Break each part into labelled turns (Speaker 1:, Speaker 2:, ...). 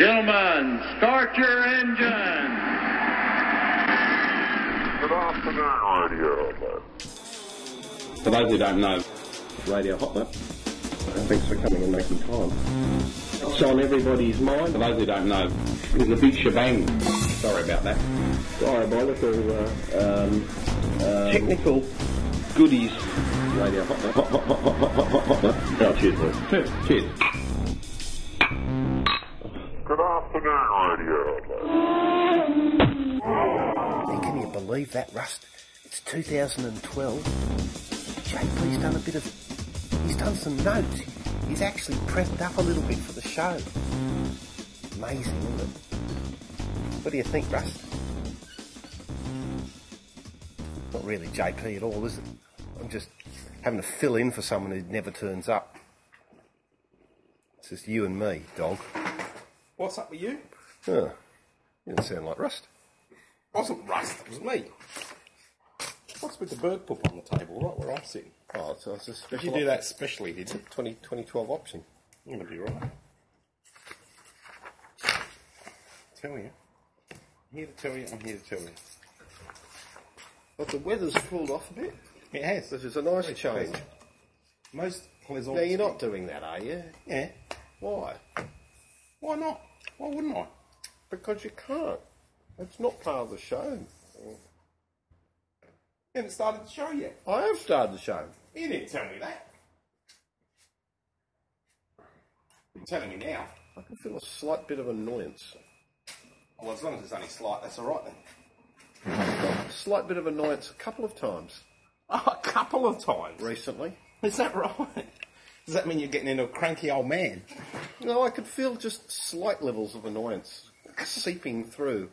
Speaker 1: Gentlemen, start your engines.
Speaker 2: Good afternoon, Radio.
Speaker 3: But I don't know.
Speaker 4: Radio Hotler. And thanks for coming and making time. It's on everybody's mind.
Speaker 3: For those who don't know, it was a big shebang. Sorry about that.
Speaker 4: Diabolical uh, um, technical goodies. Radio Hotler. Hot, hot, hot, hot, hot, hot, Hotler. Oh, cheers, mate.
Speaker 3: Cheers.
Speaker 2: Good afternoon, Radio.
Speaker 5: Man, can you believe that, Rust? It's 2012. JP's done a bit of. He's done some notes. He's actually prepped up a little bit for the show. Amazing, isn't it? What do you think, Rust? Not really JP at all, is it? I'm just having to fill in for someone who never turns up. It's just you and me, dog.
Speaker 6: What's up with you?
Speaker 5: Huh. You don't sound like Rust.
Speaker 6: Wasn't Rust, it was me. What's with the bird poop on the table, right where I'm sitting?
Speaker 4: Oh, so it's a special.
Speaker 6: Did you do that specially, did you?
Speaker 4: 20, 2012 option.
Speaker 6: You're gonna be right. Tell you. I'm here to tell you, I'm here to tell you.
Speaker 4: But the weather's cooled off a bit.
Speaker 6: It has.
Speaker 4: This is a nice change.
Speaker 6: Most pleasant.
Speaker 4: Now, you're not doing that, are you?
Speaker 6: Yeah.
Speaker 4: Why?
Speaker 6: Why not? Why wouldn't I?
Speaker 4: Because you can't. It's not part of the show.
Speaker 6: You haven't started the show yet.
Speaker 4: I have started the show.
Speaker 6: You didn't tell me that. You're telling me now.
Speaker 4: I can feel a slight bit of annoyance.
Speaker 6: Well, as long as it's only slight, that's alright then.
Speaker 4: A slight bit of annoyance a couple of times
Speaker 6: Oh, a couple of times.
Speaker 4: recently.
Speaker 6: Is that right? Does that mean you're getting into a cranky old man?
Speaker 4: No, I could feel just slight levels of annoyance seeping through.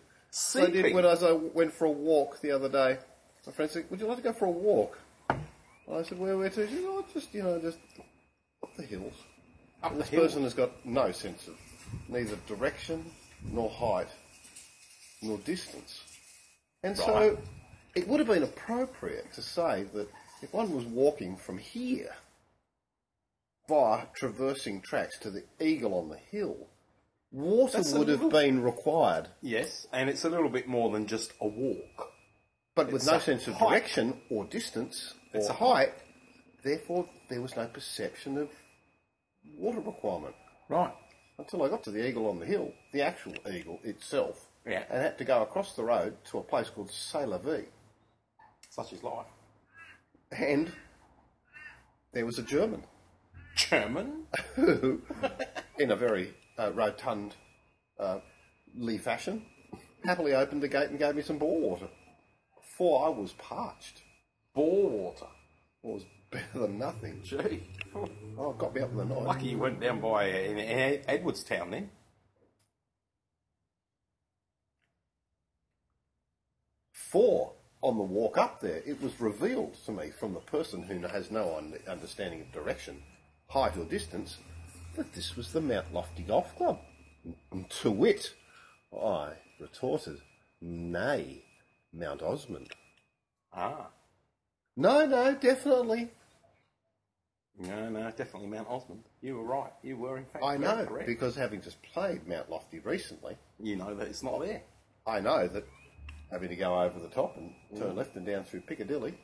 Speaker 4: I did
Speaker 6: Seeping?
Speaker 4: when I, was, I went for a walk the other day. My friend said, "Would you like to go for a walk?" I said, "Where, where to?" She said, "Oh, just you know, just up the hills."
Speaker 6: Up
Speaker 4: And
Speaker 6: the
Speaker 4: this
Speaker 6: hill.
Speaker 4: person has got no sense of neither direction nor height nor distance, and so
Speaker 6: Right.
Speaker 4: it would have been appropriate to say that if one was walking from here via traversing tracks to the eagle on the hill, water
Speaker 6: That's a
Speaker 4: would have
Speaker 6: little-
Speaker 4: been required.
Speaker 6: Yes, and it's a little bit more than just a walk.
Speaker 4: But with
Speaker 6: It's
Speaker 4: no
Speaker 6: a
Speaker 4: sense of
Speaker 6: height.
Speaker 4: direction or distance
Speaker 6: It's
Speaker 4: or
Speaker 6: a
Speaker 4: height, therefore there was no perception of water requirement
Speaker 6: Right.
Speaker 4: until I got to the Eagle on the Hill, the actual Eagle itself,
Speaker 6: Yeah.
Speaker 4: and had to go across the road to a place called Sailor V.
Speaker 6: Such is life.
Speaker 4: And there was a German
Speaker 6: German?
Speaker 4: who, in a very uh, rotund uh, Lee fashion, happily opened the gate and gave me some bore water, for I was parched.
Speaker 6: Bore water.
Speaker 4: It was better than nothing.
Speaker 6: Gee.
Speaker 4: Oh, it got me up in the night.
Speaker 6: Lucky you went down by uh, in, in Edwardstown then.
Speaker 4: Four on the walk up there, it was revealed to me from the person who has no un- understanding of direction, height, or distance that this was the Mount Lofty Golf Club. And to wit, I retorted, Nay, Mount Osmond.
Speaker 6: Ah.
Speaker 4: No, no, definitely.
Speaker 6: No, no, definitely Mount Osmond. You were right. You were in fact
Speaker 4: I
Speaker 6: very
Speaker 4: know,
Speaker 6: correct.
Speaker 4: because having just played Mount Lofty recently,
Speaker 6: you know that it's not there.
Speaker 4: I know that having to go over the top and
Speaker 6: Mm.
Speaker 4: turn left and down through Piccadilly.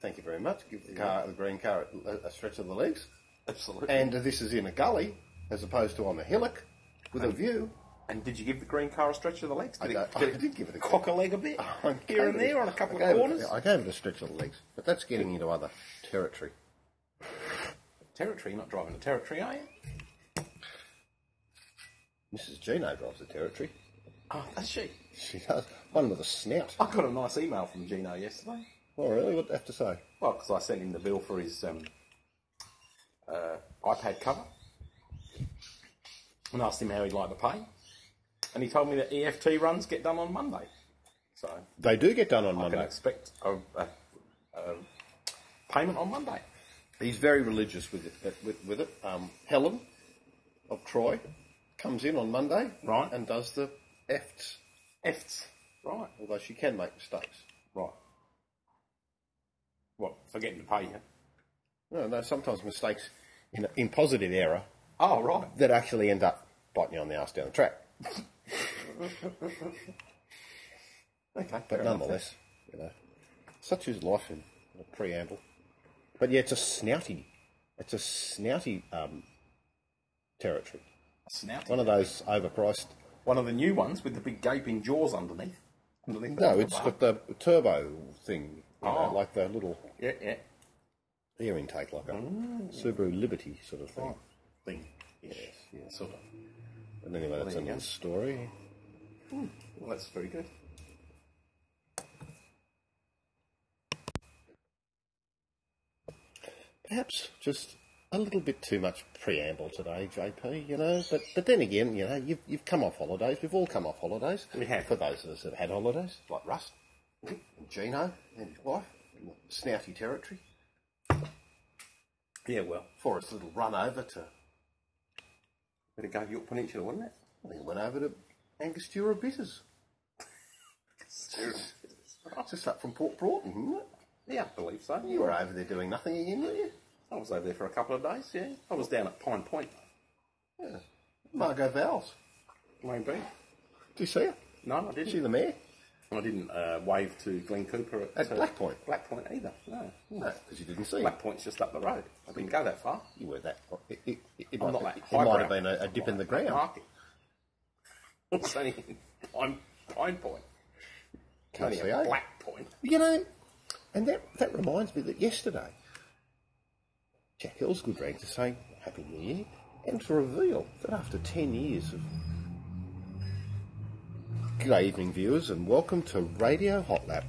Speaker 4: Thank you very much. Give the car, the green car, a, a stretch of the legs.
Speaker 6: Absolutely.
Speaker 4: And this is in a gully, as opposed to on a hillock with a view.
Speaker 6: And did you give the green car a stretch of the legs?
Speaker 4: I
Speaker 6: Did
Speaker 4: don't-
Speaker 6: it,
Speaker 4: I
Speaker 6: did it
Speaker 4: did give it a
Speaker 6: cock a leg a bit
Speaker 4: I
Speaker 6: here
Speaker 4: gave
Speaker 6: and
Speaker 4: it-
Speaker 6: there on a couple
Speaker 4: I
Speaker 6: of
Speaker 4: gave it-
Speaker 6: corners.
Speaker 4: I gave it a stretch of the legs, but that's getting into other territory.
Speaker 6: Territory, you're not driving a territory, are you?
Speaker 4: Mrs. Gino drives the territory.
Speaker 6: Oh, that's she.
Speaker 4: She does. One with a snout.
Speaker 6: I got a nice email from Gino yesterday.
Speaker 4: Oh, really? What do you have to say?
Speaker 6: Well, because I sent him the bill for his um, uh, iPad cover and asked him how he'd like to pay. And he told me that EFT runs get done on Monday. So
Speaker 4: They do get done on
Speaker 6: I can
Speaker 4: Monday.
Speaker 6: expect a, a, a payment on Monday.
Speaker 4: He's very religious with it. uh, With, with it. Um, Helen of Troy comes in on Monday
Speaker 6: Right.
Speaker 4: and does the efts,
Speaker 6: EFTs. Right.
Speaker 4: although she can make mistakes.
Speaker 6: Right. What? For getting to pay you?
Speaker 4: No, no, sometimes mistakes in, in positive error
Speaker 6: Oh, right.
Speaker 4: that actually end up biting you on the ass down the track.
Speaker 6: Okay,
Speaker 4: But nonetheless, you know, such is life in a preamble. But yeah, it's a snouty, it's a snouty um, territory.
Speaker 6: Snout.
Speaker 4: One of those overpriced.
Speaker 6: One of the new ones with the big gaping jaws underneath. underneath
Speaker 4: No,
Speaker 6: the
Speaker 4: it's
Speaker 6: bar.
Speaker 4: got the turbo thing, you know,
Speaker 6: Oh.
Speaker 4: like the little
Speaker 6: yeah, yeah.
Speaker 4: air intake, like a Subaru Liberty sort of thing.
Speaker 6: Mm. Oh, Thing. Yes, yeah, sort of.
Speaker 4: And anyway, that's
Speaker 6: there you
Speaker 4: another
Speaker 6: go.
Speaker 4: story.
Speaker 6: Well, that's very good.
Speaker 4: Perhaps just a little bit too much preamble today, JP. You know, but but then again, you know, you've you've come off holidays. We've all come off holidays.
Speaker 6: We have.
Speaker 4: For those of us that have had holidays, like Rust, and Gino, and his wife, in snouty territory.
Speaker 6: Yeah, well,
Speaker 4: For its little run over to,
Speaker 6: bit of Gay York Peninsula, wasn't it?
Speaker 4: I think it went over to Angostura Bitters. It's just up from Port Broughton, isn't it?
Speaker 6: Yeah, I believe so.
Speaker 4: You were over there doing nothing again, were you?
Speaker 6: I was over there for a couple of days. Yeah, I was down at Pine Point.
Speaker 4: Yeah. Margot Vowles.
Speaker 6: Maybe.
Speaker 4: Do you see her?
Speaker 6: No, I
Speaker 4: Is she
Speaker 6: didn't.
Speaker 4: the mayor?
Speaker 6: I didn't uh, wave to Glenn Cooper at,
Speaker 4: At
Speaker 6: uh,
Speaker 4: Black Point.
Speaker 6: Black Point either. No.
Speaker 4: No, because you didn't see her.
Speaker 6: Black Point's just up the road. I didn't go that far.
Speaker 4: You were that. It, it, it, it
Speaker 6: I'm
Speaker 4: might,
Speaker 6: not
Speaker 4: it
Speaker 6: that
Speaker 4: might
Speaker 6: highbrow.
Speaker 4: have been a, a
Speaker 6: I'm
Speaker 4: dip
Speaker 6: not
Speaker 4: in the
Speaker 6: that high
Speaker 4: ground.
Speaker 6: market. It's only Pine, Pine Point. It's
Speaker 4: Can't
Speaker 6: only
Speaker 4: see
Speaker 6: a
Speaker 4: over.
Speaker 6: Black Point.
Speaker 4: You know, and that that reminds me that yesterday, Jack Hillsgood rang to say Happy New Year and to reveal that after 10 years of. Good evening, viewers, and welcome to Radio Hot Lap,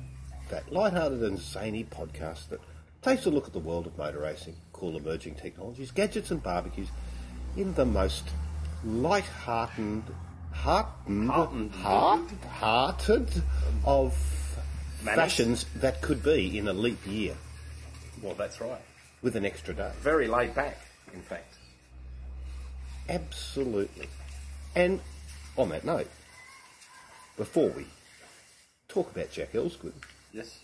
Speaker 4: that light-hearted and zany podcast that takes a look at the world of motor racing, cool emerging technologies, gadgets, and barbecues in the most light-hearted, heartened, heartened, hearted of
Speaker 6: Manners.
Speaker 4: fashions that could be in a leap year
Speaker 6: Well, that's right.
Speaker 4: with an extra day.
Speaker 6: Very laid back, in fact.
Speaker 4: Absolutely. And on that note, before we talk about Jack Elsgood,
Speaker 6: Yes.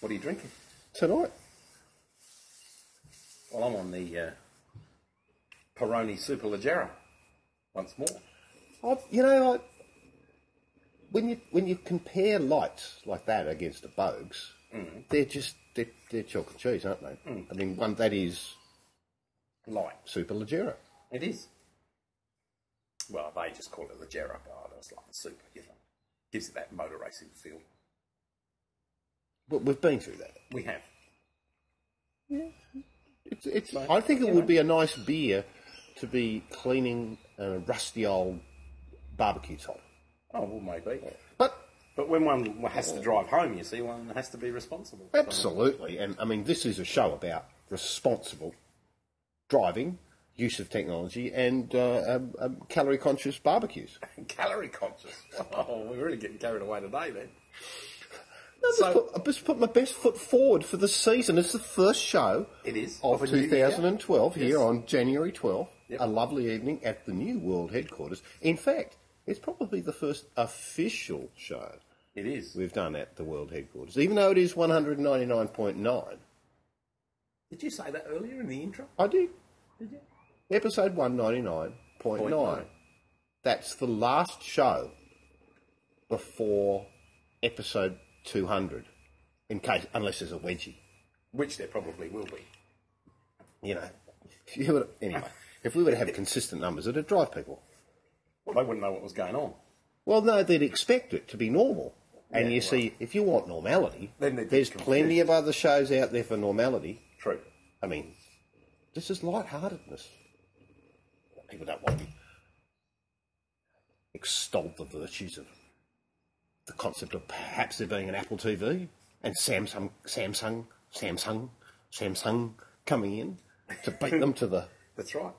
Speaker 6: What are you drinking?
Speaker 4: tonight,
Speaker 6: Well, I'm on the uh, Peroni Superleggera once more.
Speaker 4: I, you know, I, when you when you compare lights like that against the Bogues, they're just they're, they're chalk and cheese, aren't they? I mean, one that is
Speaker 6: Light.
Speaker 4: super Leggera.
Speaker 6: It is. Well, they just call it the Jera, but it's like the super, you know. Gives it that motor racing feel.
Speaker 4: But we've been through that.
Speaker 6: We have.
Speaker 4: It's, it's,
Speaker 6: Right.
Speaker 4: I think it
Speaker 6: You
Speaker 4: would
Speaker 6: know.
Speaker 4: be a nice beer to be cleaning a rusty old barbecue top.
Speaker 6: Oh, well, maybe.
Speaker 4: But
Speaker 6: But when one has to drive home, you see, one has to be responsible.
Speaker 4: Absolutely, and I mean this is a show about responsible driving, use of technology, and uh, um, um, calorie-conscious barbecues.
Speaker 6: Calorie conscious. Oh, we're really getting carried away today, then.
Speaker 4: No, just
Speaker 6: So-
Speaker 4: put, I just put my best foot forward for the season. It's the first show
Speaker 6: It is.
Speaker 4: of,
Speaker 6: a new year.
Speaker 4: 2012
Speaker 6: Yes.
Speaker 4: here on January 12th.
Speaker 6: Yep.
Speaker 4: A lovely evening at the new world headquarters. In fact, it's probably the first official show
Speaker 6: It is.
Speaker 4: we've done at the world headquarters, even though it is 199.9.
Speaker 6: Did you say that earlier in the intro?
Speaker 4: I did.
Speaker 6: Did you?
Speaker 4: Episode 199.9. That's the last show before episode 200. In case, unless there's a wedgie.
Speaker 6: Which there probably will be.
Speaker 4: You know. If you were, anyway, if we were to have consistent numbers, it'd drive people.
Speaker 6: Well, they wouldn't know what was going on.
Speaker 4: Well, no, they'd expect it to be normal. And
Speaker 6: Yeah,
Speaker 4: you see, if you want normality,
Speaker 6: Then they'd be
Speaker 4: there's plenty of other shows out there for normality.
Speaker 6: True.
Speaker 4: I mean, this is lightheartedness. People don't want to be extolled the virtues of the concept of perhaps there being an Apple TV and Samsung, Samsung, Samsung, Samsung coming in to beat them to the
Speaker 6: That's right.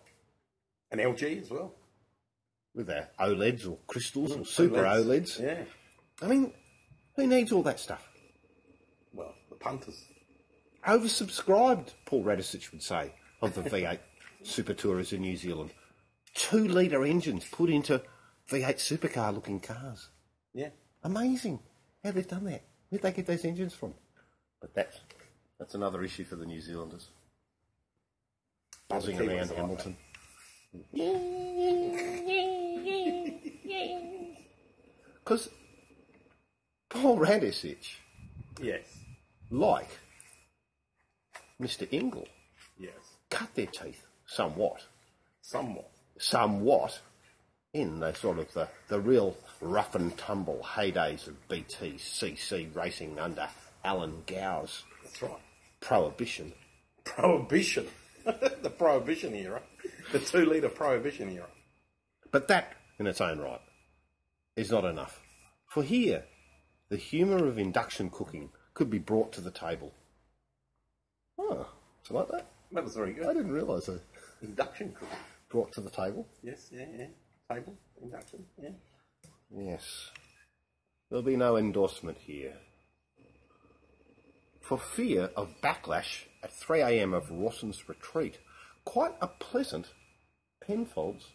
Speaker 6: And LG as well.
Speaker 4: with their OLEDs or crystals
Speaker 6: Mm,
Speaker 4: or super OLEDs.
Speaker 6: E Yeah.
Speaker 4: I mean, who needs all that stuff?
Speaker 6: Well, the punters.
Speaker 4: Oversubscribed, Paul Radisich would say, of the V8 Super Tourers in New Zealand. Two litre engines put into V8 supercar looking cars.
Speaker 6: Yeah.
Speaker 4: Amazing how they've done that. Where'd they get those engines from? But that's, that's another issue for the New Zealanders. Buzzing
Speaker 6: Kiwis
Speaker 4: around
Speaker 6: are like
Speaker 4: Hamilton. Because Paul Radisich,
Speaker 6: Yes.
Speaker 4: like Mr. Ingle,
Speaker 6: Yes.
Speaker 4: cut their teeth somewhat,
Speaker 6: Somewhat.
Speaker 4: somewhat in the sort of the, the real rough and tumble heydays of BTCC racing under Alan Gow's
Speaker 6: That's right.
Speaker 4: prohibition.
Speaker 6: Prohibition. the prohibition era. The two litre prohibition era.
Speaker 4: But that, in its own right, is not enough. For here, the humour of induction cooking could be brought to the table. Oh, do you like that?
Speaker 6: That was very
Speaker 4: I
Speaker 6: good.
Speaker 4: didn't realise I
Speaker 6: Induction cooking.
Speaker 4: brought to the table.
Speaker 6: Yes, yeah, yeah. Table, induction, yeah.
Speaker 4: Yes. There'll be no endorsement here. For fear of backlash at 3am of Rawson's retreat, quite a pleasant Penfolds,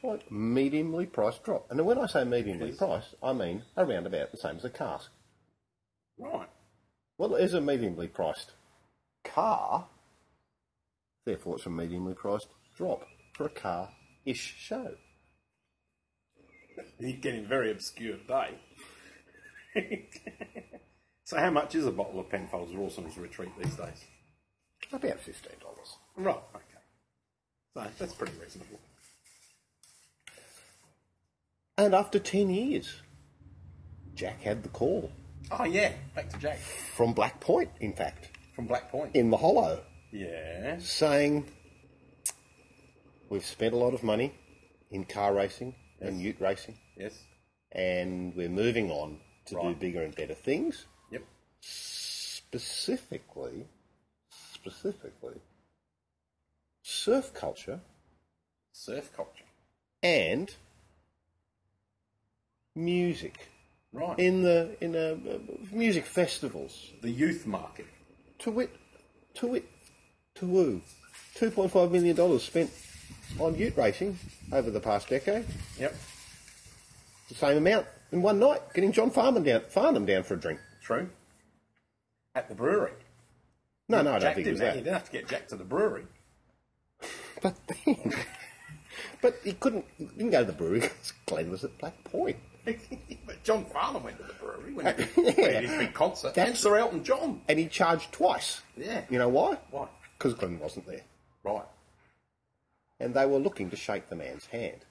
Speaker 4: quite mediumly priced drop. And when I say mediumly priced, I mean around about the same as a cask.
Speaker 6: Right.
Speaker 4: Well, it is a mediumly priced car, therefore it's a mediumly priced drop for a car-ish show.
Speaker 6: You're getting very obscure today. so how much is a bottle of Penfolds Rawson's Retreat these days?
Speaker 4: About fifteen dollars.
Speaker 6: Right, okay. So that's pretty reasonable.
Speaker 4: And after 10 years, Jack had the call.
Speaker 6: Oh yeah, back to Jack.
Speaker 4: From Black Point, in fact,
Speaker 6: From Black Point.
Speaker 4: in the Hollow,
Speaker 6: Yeah.
Speaker 4: saying, We've spent a lot of money in car racing and ute racing,
Speaker 6: Yes.
Speaker 4: and we're moving on to do
Speaker 6: Right.
Speaker 4: bigger and better things.
Speaker 6: Yep.
Speaker 4: Specifically, specifically, surf culture
Speaker 6: Surf culture.
Speaker 4: and music
Speaker 6: Right.
Speaker 4: in the in a, uh, music festivals
Speaker 6: the youth market.
Speaker 4: to wit, to wit, to woo, two point five million dollars spent on ute racing over the past decade.
Speaker 6: Yep.
Speaker 4: The same amount in one night, getting John Farnham down, Farnham down for a drink.
Speaker 6: True. At the brewery.
Speaker 4: No, no, I don't
Speaker 6: Jack
Speaker 4: think it was
Speaker 6: did that. You
Speaker 4: that.
Speaker 6: didn't have to get Jack to the brewery.
Speaker 4: But then, but he couldn't, he didn't go to the brewery because Glenn was at Black Point.
Speaker 6: but John Farnham went to the brewery when he, when he did his big concert. and
Speaker 4: That's-
Speaker 6: Sir Elton John.
Speaker 4: and he charged twice.
Speaker 6: Yeah.
Speaker 4: You know why?
Speaker 6: Why?
Speaker 4: Because Glenn wasn't there,
Speaker 6: Right.
Speaker 4: and they were looking to shake the man's hand.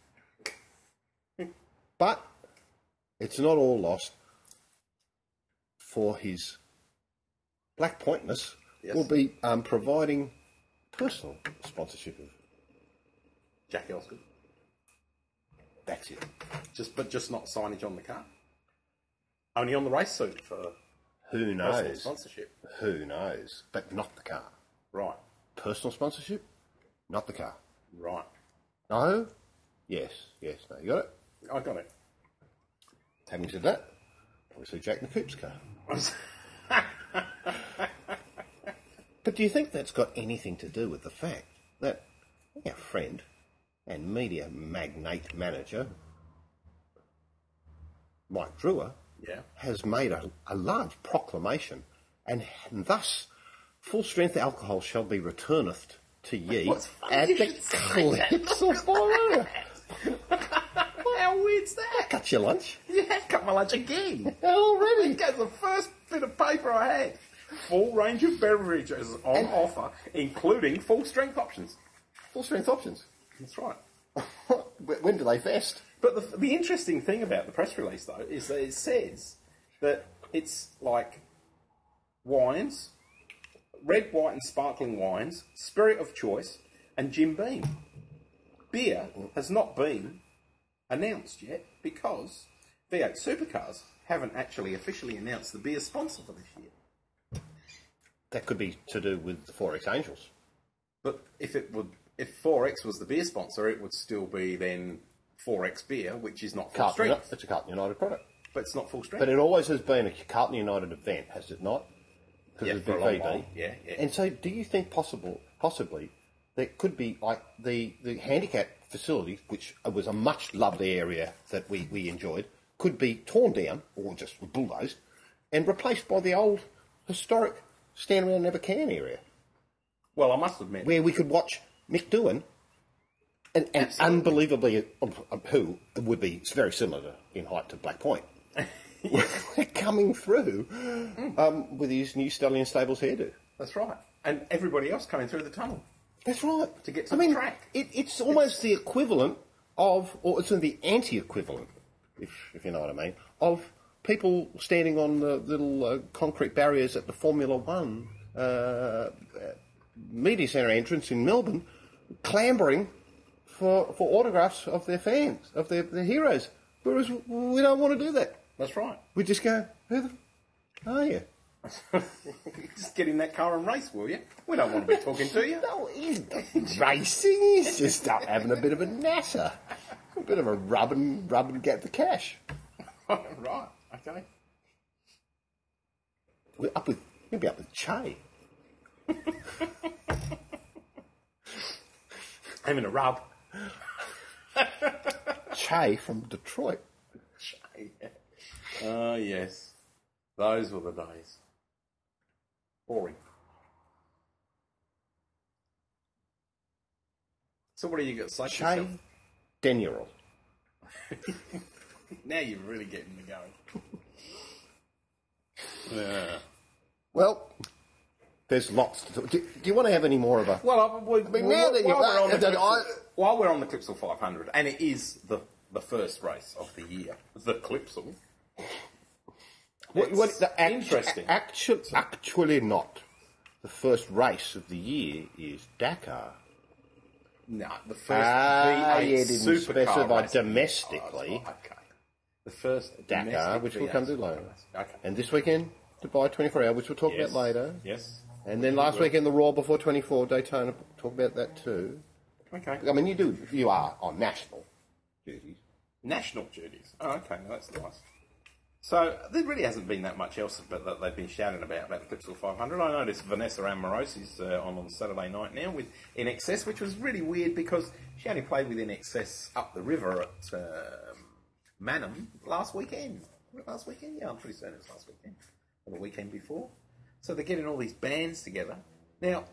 Speaker 4: But it's not all lost. For his black pointness,
Speaker 6: Yes.
Speaker 4: will be um, providing personal sponsorship of.
Speaker 6: Jack Elsgood.
Speaker 4: That's it.
Speaker 6: Just but just not signage on the car. Only on the race suit for
Speaker 4: Who
Speaker 6: personal
Speaker 4: knows?
Speaker 6: sponsorship.
Speaker 4: Who knows? But not the car.
Speaker 6: Right.
Speaker 4: Personal sponsorship, not the car.
Speaker 6: Right.
Speaker 4: No. Yes. Yes. No. You got it.
Speaker 6: I got it.
Speaker 4: Having said that, obviously Jack the Coop's car. but do you think that's got anything to do with the fact that our friend and media magnate manager, Mike Drewer,
Speaker 6: Yeah.
Speaker 4: has made a, a large proclamation and, thus full strength alcohol shall be returneth to ye
Speaker 6: What's funny
Speaker 4: at
Speaker 6: you
Speaker 4: the
Speaker 6: should
Speaker 4: clips of Borrow.
Speaker 6: How weird's that?
Speaker 4: Cut your lunch
Speaker 6: Yeah, cut my lunch again.
Speaker 4: already.
Speaker 6: That's the first bit of paper I had. Full range of beverages on offer, including full strength options.
Speaker 4: Full strength options.
Speaker 6: That's right.
Speaker 4: when do they vest?
Speaker 6: But the, the interesting thing about the press release, though, is that it says that it's like wines, red, white, and sparkling wines, spirit of choice, and Jim Beam. Beer has not been announced yet because V8 Supercars haven't actually officially announced the beer sponsor for this year.
Speaker 4: That could be to do with the Forex Angels.
Speaker 6: But if it would, if 4X was the beer sponsor, it would still be then 4X beer, which is not full
Speaker 4: Carlton, Uni-
Speaker 6: strength.
Speaker 4: it's a Carlton United product.
Speaker 6: But it's not full strength.
Speaker 4: But it always has been a Carlton United event, has it not? Because
Speaker 6: Yeah,
Speaker 4: it's
Speaker 6: for
Speaker 4: been
Speaker 6: a long
Speaker 4: VB.
Speaker 6: while. Yeah, yeah.
Speaker 4: And so do you think possible, possibly, there could be like the, the handicap facility, which was a much loved area that we, we enjoyed, could be torn down or just bulldozed and replaced by the old historic stand around and have a can area.
Speaker 6: well, I must admit,
Speaker 4: where we could watch Mick Doohan and, um, and
Speaker 6: Absolutely.
Speaker 4: unbelievably, who would be very similar to, in height to Black Point. coming through um, with his new Stallion Stables hairdo.
Speaker 6: That's right. And everybody else coming through the tunnel.
Speaker 4: That's right.
Speaker 6: To get to
Speaker 4: I
Speaker 6: the
Speaker 4: mean,
Speaker 6: track.
Speaker 4: It, it's almost the equivalent of, or it's the anti-equivalent, if, if you know what I mean, of people standing on the little uh, concrete barriers at the Formula One uh, uh, media centre entrance in Melbourne, clambering for, for autographs of their fans, of their, their heroes. Whereas we don't want to do that.
Speaker 6: That's right.
Speaker 4: We just go, who the f- are you?
Speaker 6: Just get in that car and race, will you? We don't want to be talking to you.
Speaker 4: No, he's not racing. He's just up having a bit of a natter, a bit of a rub and rub and get the cash.
Speaker 6: right. Okay.
Speaker 4: We're up with maybe up with Che.
Speaker 6: I'm in a rub.
Speaker 4: Che from Detroit.
Speaker 6: Oh, yes. Those were the days. Boring. So what are you got to say? to
Speaker 4: Che
Speaker 6: yourself?
Speaker 4: Denural.
Speaker 6: Now you're really getting me going. yeah.
Speaker 4: Well, there's lots to talk. Do, do you want to have any more of a?
Speaker 6: Well, I, we,
Speaker 4: mean, now that you-
Speaker 6: while, we're on the
Speaker 4: that I-
Speaker 6: Clipsal, while we're on the Clipsal 500, and it is the the first race of the year, the Clipsal.
Speaker 4: What, what,
Speaker 6: It's
Speaker 4: the act-
Speaker 6: interesting.
Speaker 4: Actually, actually not. The first race of the year is Dakar.
Speaker 6: No, the first
Speaker 4: Ah,
Speaker 6: V8
Speaker 4: yeah, didn't
Speaker 6: supercar
Speaker 4: specify
Speaker 6: race.
Speaker 4: domestically.
Speaker 6: Oh, okay. The first
Speaker 4: Dakar,
Speaker 6: domestic
Speaker 4: which we'll
Speaker 6: V8
Speaker 4: come to later.
Speaker 6: Okay.
Speaker 4: And this weekend, Dubai 24 Hour, which we'll talk
Speaker 6: Yes.
Speaker 4: about later.
Speaker 6: Yes.
Speaker 4: And then last weekend, the Raw before 24, Daytona, talk about that too.
Speaker 6: Okay.
Speaker 4: I mean, you do, you are on national duties.
Speaker 6: National duties. Oh, okay, well, that's nice. So there really hasn't been that much else but that they've been shouting about about the Clipsal 500. I noticed Vanessa Amorose is uh, on on Saturday night now with In Excess, which was really weird because she only played with In Excess up the river at um, Manham last weekend. Was it Last weekend, yeah, I'm pretty certain it was last weekend or the weekend before. So they're getting all these bands together now.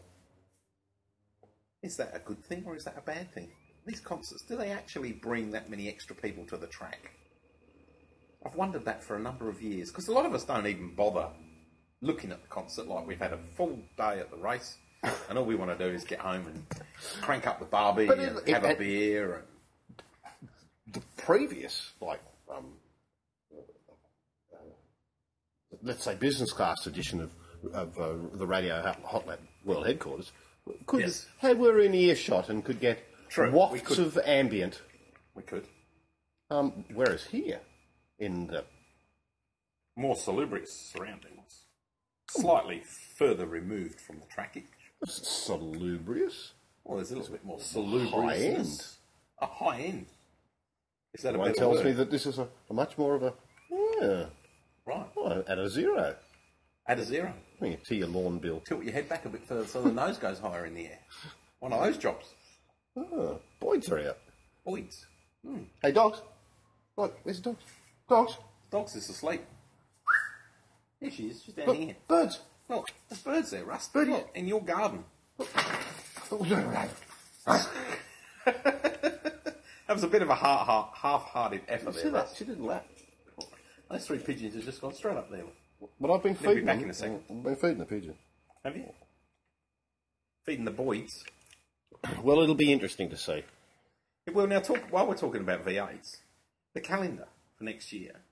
Speaker 6: Is that a good thing or is that a bad thing? These concerts, do they actually bring that many extra people to the track? I've wondered that for a number of years because a lot of us don't even bother looking at the concert. Like we've had a full day at the race, and all we want to do is get home and crank up the barbie
Speaker 4: But
Speaker 6: and
Speaker 4: it-
Speaker 6: have a
Speaker 4: it-
Speaker 6: beer. And
Speaker 4: The previous, like, um, uh, let's say business class edition of, of uh, the Radio Hot Hot Lab World Headquarters, could,
Speaker 6: Yes.
Speaker 4: they were in earshot and could get
Speaker 6: True, we
Speaker 4: wafts
Speaker 6: could.
Speaker 4: of ambient.
Speaker 6: we could
Speaker 4: Um, whereas here, in the
Speaker 6: more salubrious surroundings, slightly further removed from the trackage.
Speaker 4: salubrious,
Speaker 6: Well, there's a little bit more
Speaker 4: High end.
Speaker 6: salubriousness. A high end. Is that a
Speaker 4: One
Speaker 6: better
Speaker 4: tells
Speaker 6: word?
Speaker 4: me that this is a, a much more of a yeah,
Speaker 6: right.
Speaker 4: well, at a zero.
Speaker 6: Add a zero.
Speaker 4: I mean, to your lawn bill.
Speaker 6: Tilt your head back a bit further so the nose goes higher in the air. One of those jobs.
Speaker 4: Oh, Boyd's are out.
Speaker 6: Boys.
Speaker 4: Hey, dogs. Look, where's the dogs? Dogs.
Speaker 6: Dogs is asleep. Here she is, she's down
Speaker 4: Look,
Speaker 6: here.
Speaker 4: birds.
Speaker 6: Look, there's birds there, Russ.
Speaker 4: Birdie.
Speaker 6: Look, in your garden.
Speaker 4: Oh,
Speaker 6: That was a bit of a heart, heart, half-hearted effort
Speaker 4: See
Speaker 6: there,
Speaker 4: that?
Speaker 6: Russ.
Speaker 4: She didn't laugh.
Speaker 6: Those three pigeons have just gone straight up there.
Speaker 4: But I've been
Speaker 6: They'll be
Speaker 4: feeding.
Speaker 6: back
Speaker 4: them.
Speaker 6: in a second.
Speaker 4: I've been feeding the pigeon.
Speaker 6: Have you? Feeding the boys.
Speaker 4: Well, it'll be interesting to see.
Speaker 6: Well, now, talk, while we're talking about V8s, the calendar for next year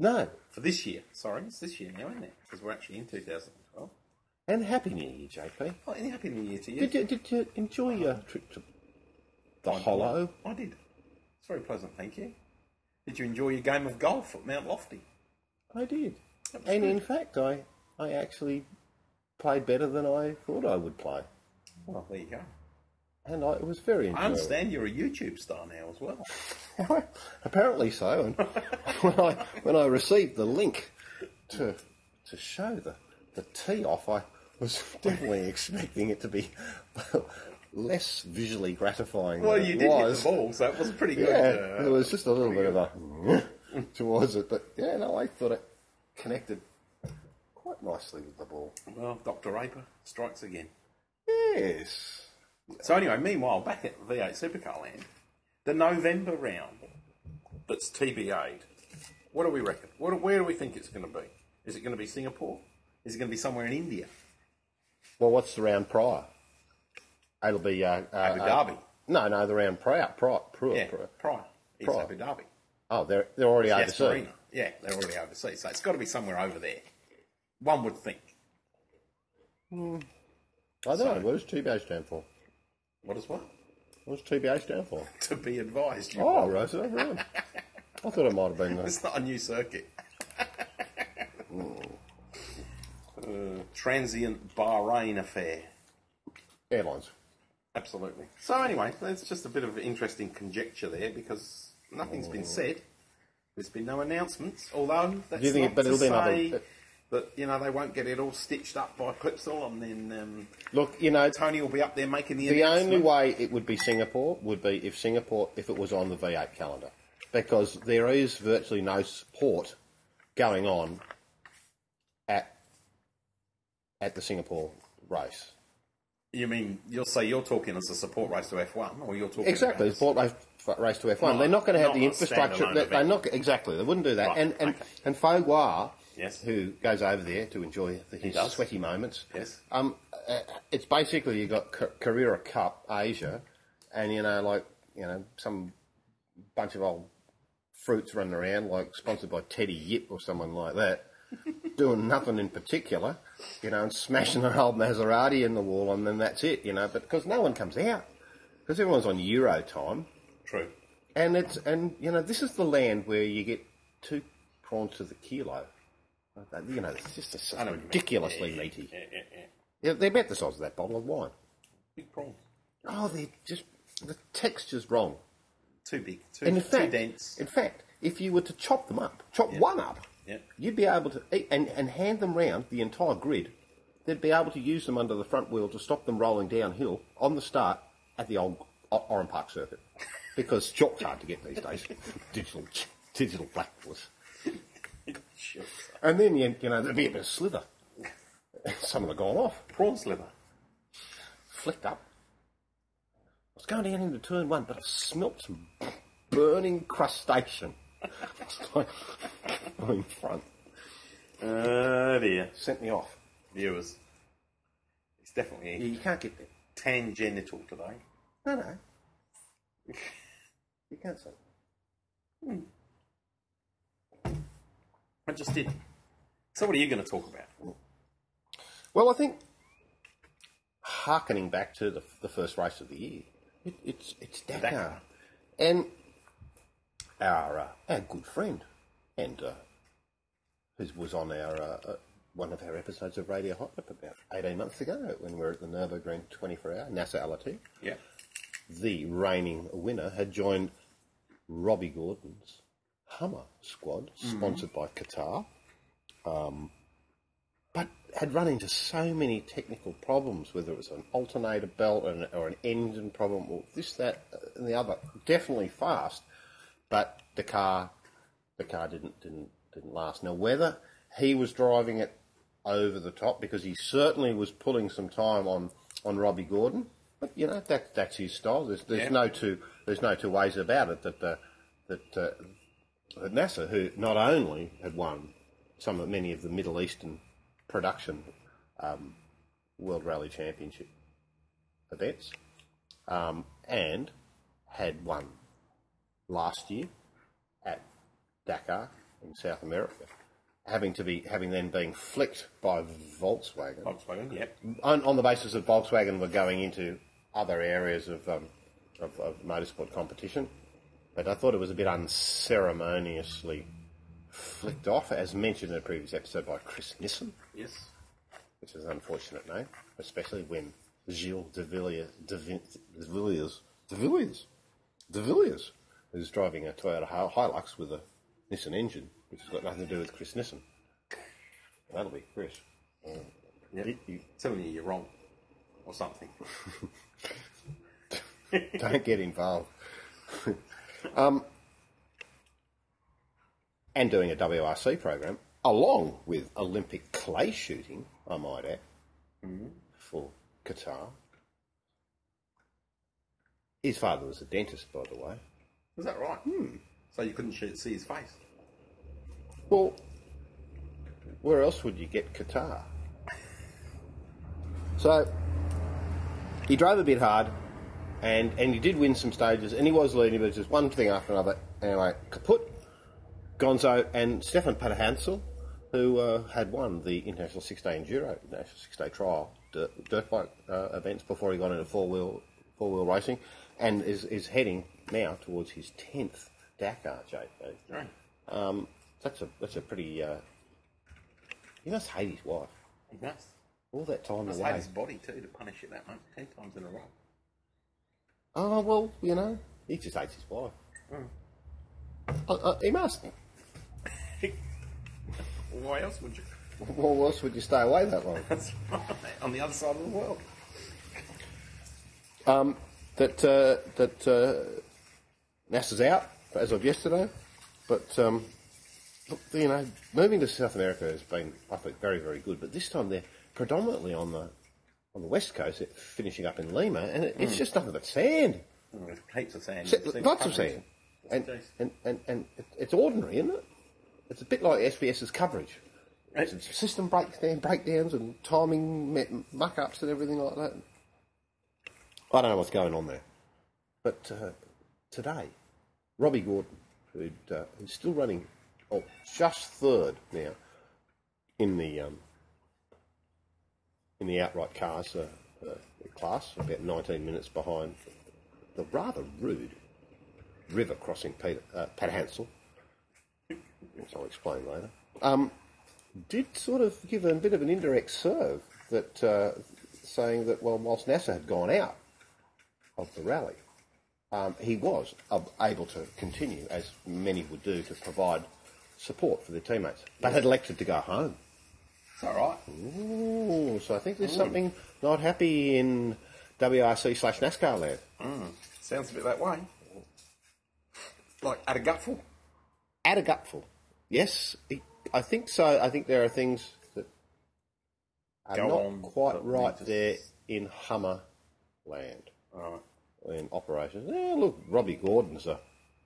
Speaker 4: No,
Speaker 6: for this year. Sorry, it's this year now, isn't it? Because we're actually in 2012.
Speaker 4: and happy New Year, JP.
Speaker 6: Oh, and happy new year to you.
Speaker 4: Did you, did you enjoy your trip to the Hollow?
Speaker 6: I did. It's very pleasant, thank you. Did you enjoy your game of golf at Mount Lofty?
Speaker 4: I did.
Speaker 6: That was
Speaker 4: And
Speaker 6: good.
Speaker 4: in fact, I, I actually played better than I thought I would play.
Speaker 6: Well, there you go.
Speaker 4: And I, it was very
Speaker 6: I
Speaker 4: enjoyable.
Speaker 6: understand you're a YouTube star now as well.
Speaker 4: Apparently so. And when I when I received the link to to show the the tee off, I was definitely expecting it to be less visually gratifying.
Speaker 6: Well,
Speaker 4: than
Speaker 6: you
Speaker 4: it
Speaker 6: did hit
Speaker 4: was.
Speaker 6: the ball, so it was pretty good.
Speaker 4: Yeah,
Speaker 6: uh,
Speaker 4: there was just a little bit of a towards it, but yeah, no, I thought it connected quite nicely with the ball.
Speaker 6: well, Dr. Raper strikes again.
Speaker 4: Yes.
Speaker 6: So anyway, meanwhile, back at V8 Supercar Land, the November round that's TBA'd What do we reckon? What, do- where do we think it's going to be? Is it going to be Singapore? Is it going to be somewhere in India?
Speaker 4: Well, what's the round prior? It'll be uh, uh,
Speaker 6: Abu
Speaker 4: uh,
Speaker 6: Dhabi.
Speaker 4: no, no, the round prior. Prior. prior,
Speaker 6: yeah,
Speaker 4: prior.
Speaker 6: prior. It's
Speaker 4: Prior.
Speaker 6: Abu Dhabi.
Speaker 4: Oh, they're they're already
Speaker 6: Yes,
Speaker 4: overseas.
Speaker 6: Marina. Yeah, they're already overseas, so it's got to be somewhere over there. One would think.
Speaker 4: I don't know. What does TBA stand for?
Speaker 6: What is what?
Speaker 4: What does TBA stand for?
Speaker 6: To be advised. You
Speaker 4: Oh,
Speaker 6: oh,
Speaker 4: right, so right. I thought it might have been uh, the
Speaker 6: it's not a new circuit. Uh, transient Bahrain affair.
Speaker 4: airlines.
Speaker 6: Absolutely. So anyway, that's just a bit of interesting conjecture there because nothing's
Speaker 4: Oh.
Speaker 6: been said. There's been no announcements, although that's
Speaker 4: Do you think
Speaker 6: not
Speaker 4: it- but
Speaker 6: to
Speaker 4: it'll be another- uh,
Speaker 6: say
Speaker 4: it-
Speaker 6: that you know they won't get it all stitched up by Clipsal, and then um,
Speaker 4: Look, you know, it's
Speaker 6: Tony will be up there making the.
Speaker 4: The
Speaker 6: announcement.
Speaker 4: only way it would be Singapore would be if Singapore, if it was on the V8 calendar, because there is virtually no sport going on at at the Singapore race.
Speaker 6: You mean you'll say you're talking as a support race to F1, or you're talking
Speaker 4: Exactly, the
Speaker 6: about-
Speaker 4: sport race, race to F1.
Speaker 6: Not-
Speaker 4: they're not going to have
Speaker 6: not
Speaker 4: the
Speaker 6: a
Speaker 4: infrastructure.
Speaker 6: standalone
Speaker 4: They, they're
Speaker 6: event.
Speaker 4: not exactly. They wouldn't do that.
Speaker 6: Right,
Speaker 4: and and
Speaker 6: okay.
Speaker 4: and Fogwa,
Speaker 6: Yes.
Speaker 4: who goes over there to enjoy the, his
Speaker 6: does.
Speaker 4: sweaty moments.
Speaker 6: Yes.
Speaker 4: Um, uh, it's basically you got Ca- Carrera Cup Asia, and you know, like you know, some bunch of old fruits running around, like sponsored by Teddy Yip or someone like that, doing nothing in particular, you know, and smashing their old Maserati in the wall, and then that's it, you know. But because no one comes out, because everyone's on Euro time,
Speaker 6: True.
Speaker 4: and it's and you know, this is the land where you get two prawns to the kilo. You know, it's just it's
Speaker 6: I know what you mean.
Speaker 4: ridiculously
Speaker 6: Yeah, yeah,
Speaker 4: meaty.
Speaker 6: Yeah, yeah, yeah.
Speaker 4: Yeah, they're about the size of that bottle of wine.
Speaker 6: Big problem.
Speaker 4: Oh, they're just the texture's wrong.
Speaker 6: Too big. Too,
Speaker 4: And in
Speaker 6: too
Speaker 4: fact,
Speaker 6: dense.
Speaker 4: in fact, if you were to chop them up, chop one up,
Speaker 6: Yeah.
Speaker 4: you'd be able to eat, and and hand them round the entire grid. They'd be able to use them under the front wheel to stop them rolling downhill on the start at the old O- Oran Park circuit, because chalk's hard to get these days. digital, digital blackboards.
Speaker 6: Sure.
Speaker 4: And then you, you know there'd be a bit of slither. Some of them gone off.
Speaker 6: Prawn sliver.
Speaker 4: flicked up. I was going down into turn one, but I smelt some burning crustacean. I was like, in front. Uh,
Speaker 6: Oh dear.
Speaker 4: Sent me off.
Speaker 6: Viewers. It's
Speaker 4: Yeah,
Speaker 6: definitely
Speaker 4: you can't get there.
Speaker 6: tangential today.
Speaker 4: No, no. You can't say.
Speaker 6: I just did. So what are you going to talk about?
Speaker 4: Well, I think, hearkening back to the, the first race of the year, it, it's, it's Dakar.
Speaker 6: Dakar.
Speaker 4: And our, uh, our good friend, and uh, who was on our uh, uh, one of our episodes of Radio Hot Lip about 18 months ago when we were at the Nürburgring 24 hour, NASA LRT,
Speaker 6: Yeah.
Speaker 4: the reigning winner, had joined Robbie Gordon's Hummer squad, sponsored by Qatar, um, but had run into so many technical problems, whether it was an alternator belt or an, or an engine problem, or this, that, uh, and the other. Definitely fast, but the car, the car didn't didn't didn't last. Now whether he was driving it over the top because he certainly was pulling some time on on Robbie Gordon, but you know that that's his style. There's there's
Speaker 6: Yeah.
Speaker 4: no two there's no two ways about it that uh, that uh, that NASA, who not only had won some of many of the Middle Eastern production um, World Rally Championship events, um, and had won last year at Dakar in South America, having to be having then being flicked by Volkswagen
Speaker 6: Volkswagen. Yep.
Speaker 4: on, on the basis that Volkswagen were going into other areas of, um, of, of motorsport competition, but I thought it was a bit unceremoniously flicked off, as mentioned in a previous episode by Chris Nissen,
Speaker 6: Yes.
Speaker 4: which is an unfortunate name, especially when Gilles de Villiers, de Vin- de Villiers, de Villiers, de Villiers, who's driving a Toyota Hi- Hilux with a Nissan engine, which has got nothing to do with Chris Nissen. That'll be Chris.
Speaker 6: Yep.
Speaker 4: You- you-
Speaker 6: Telling you you're wrong, or something.
Speaker 4: don't get involved. um, and doing a WRC program along with Olympic clay shooting, I might add, for Qatar. His father was a dentist, by the way.
Speaker 6: Hmm. Is that right? So you couldn't sh- see his face.
Speaker 4: Well, where else would you get Qatar? So he drove a bit hard, and and he did win some stages, and he was leading, but it was just one thing after another. Anyway, Kaput, Gonzo, and Stefan Patahansel, who uh, had won the International Six Day Enduro, International Six Day Trial dirt, dirt bike uh, events before he got into four wheel four wheel racing, and is is heading now towards his tenth Dakar. uh, JP.
Speaker 6: Right.
Speaker 4: Um, that's a that's a pretty. Uh, he must hate his wife.
Speaker 6: He must.
Speaker 4: All that time
Speaker 6: Must
Speaker 4: away.
Speaker 6: hate his body too to punish it that much, ten times in a row.
Speaker 4: Oh well, you know, he just hates his wife. Uh, uh, he must.
Speaker 6: Why else would you?
Speaker 4: Well, else would you stay away that long?
Speaker 6: That's right. On the other side of the world.
Speaker 4: Um, that uh, that uh, NASA's out as of yesterday, but um, look, you know, moving to South America has been, I think, very very good. But this time they're predominantly on the on the west coast, finishing up in Lima, and it, it's just nothing but sand,
Speaker 6: Mm, heaps of sand.
Speaker 4: Sa-
Speaker 6: You've seen
Speaker 4: lots of
Speaker 6: coverage.
Speaker 4: sand, and
Speaker 6: Jeez.
Speaker 4: and, and and it- it's ordinary, isn't it? It's a bit like SBS's coverage.
Speaker 6: Right.
Speaker 4: system breakdown, breakdowns and timing me- muck-ups and everything like that. I don't know what's going on there. But uh, today, Robbie Gordon, who'd, uh, who's still running, oh, just third now in the um, in the outright cars uh, uh, class, about 19 minutes behind the rather rude river crossing Peter, uh, Pat Hansel, which I'll explain later. Um, did sort of give a bit of an indirect serve that uh, saying that well, whilst NASA had gone out of the rally, um, he was ab- able to continue as many would do to provide support for their teammates, but had elected to go home.
Speaker 6: It's all right.
Speaker 4: Ooh, so I think there's something not happy in WRC slash NASCAR land.
Speaker 6: Hmm. Sounds a bit that way. Like at a gutful.
Speaker 4: Add a gutful. Yes, it- I think so. I think there are things that are
Speaker 6: Go
Speaker 4: not
Speaker 6: on,
Speaker 4: quite
Speaker 6: but we
Speaker 4: right
Speaker 6: just-
Speaker 4: there in Hummer land.
Speaker 6: All right.
Speaker 4: in operations. Eh, look, Robbie Gordon's a,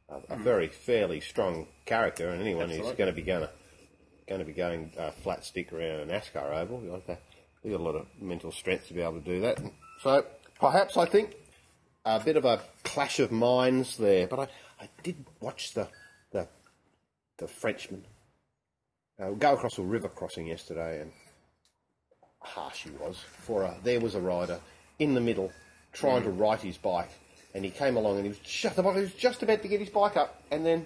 Speaker 4: a, a very fairly strong character, and anyone who's
Speaker 6: Absolutely.
Speaker 4: going to be going going to be going uh, flat stick around a NASCAR oval, you have got, you got a lot of mental strength to be able to do that. So perhaps I think a bit of a clash of minds there. But I, I did watch the the the Frenchman uh, go across a river crossing yesterday, and harsh he was. For a, there was a rider in the middle trying to right his bike, and he came along and he was just about, he was just about to get his bike up, and then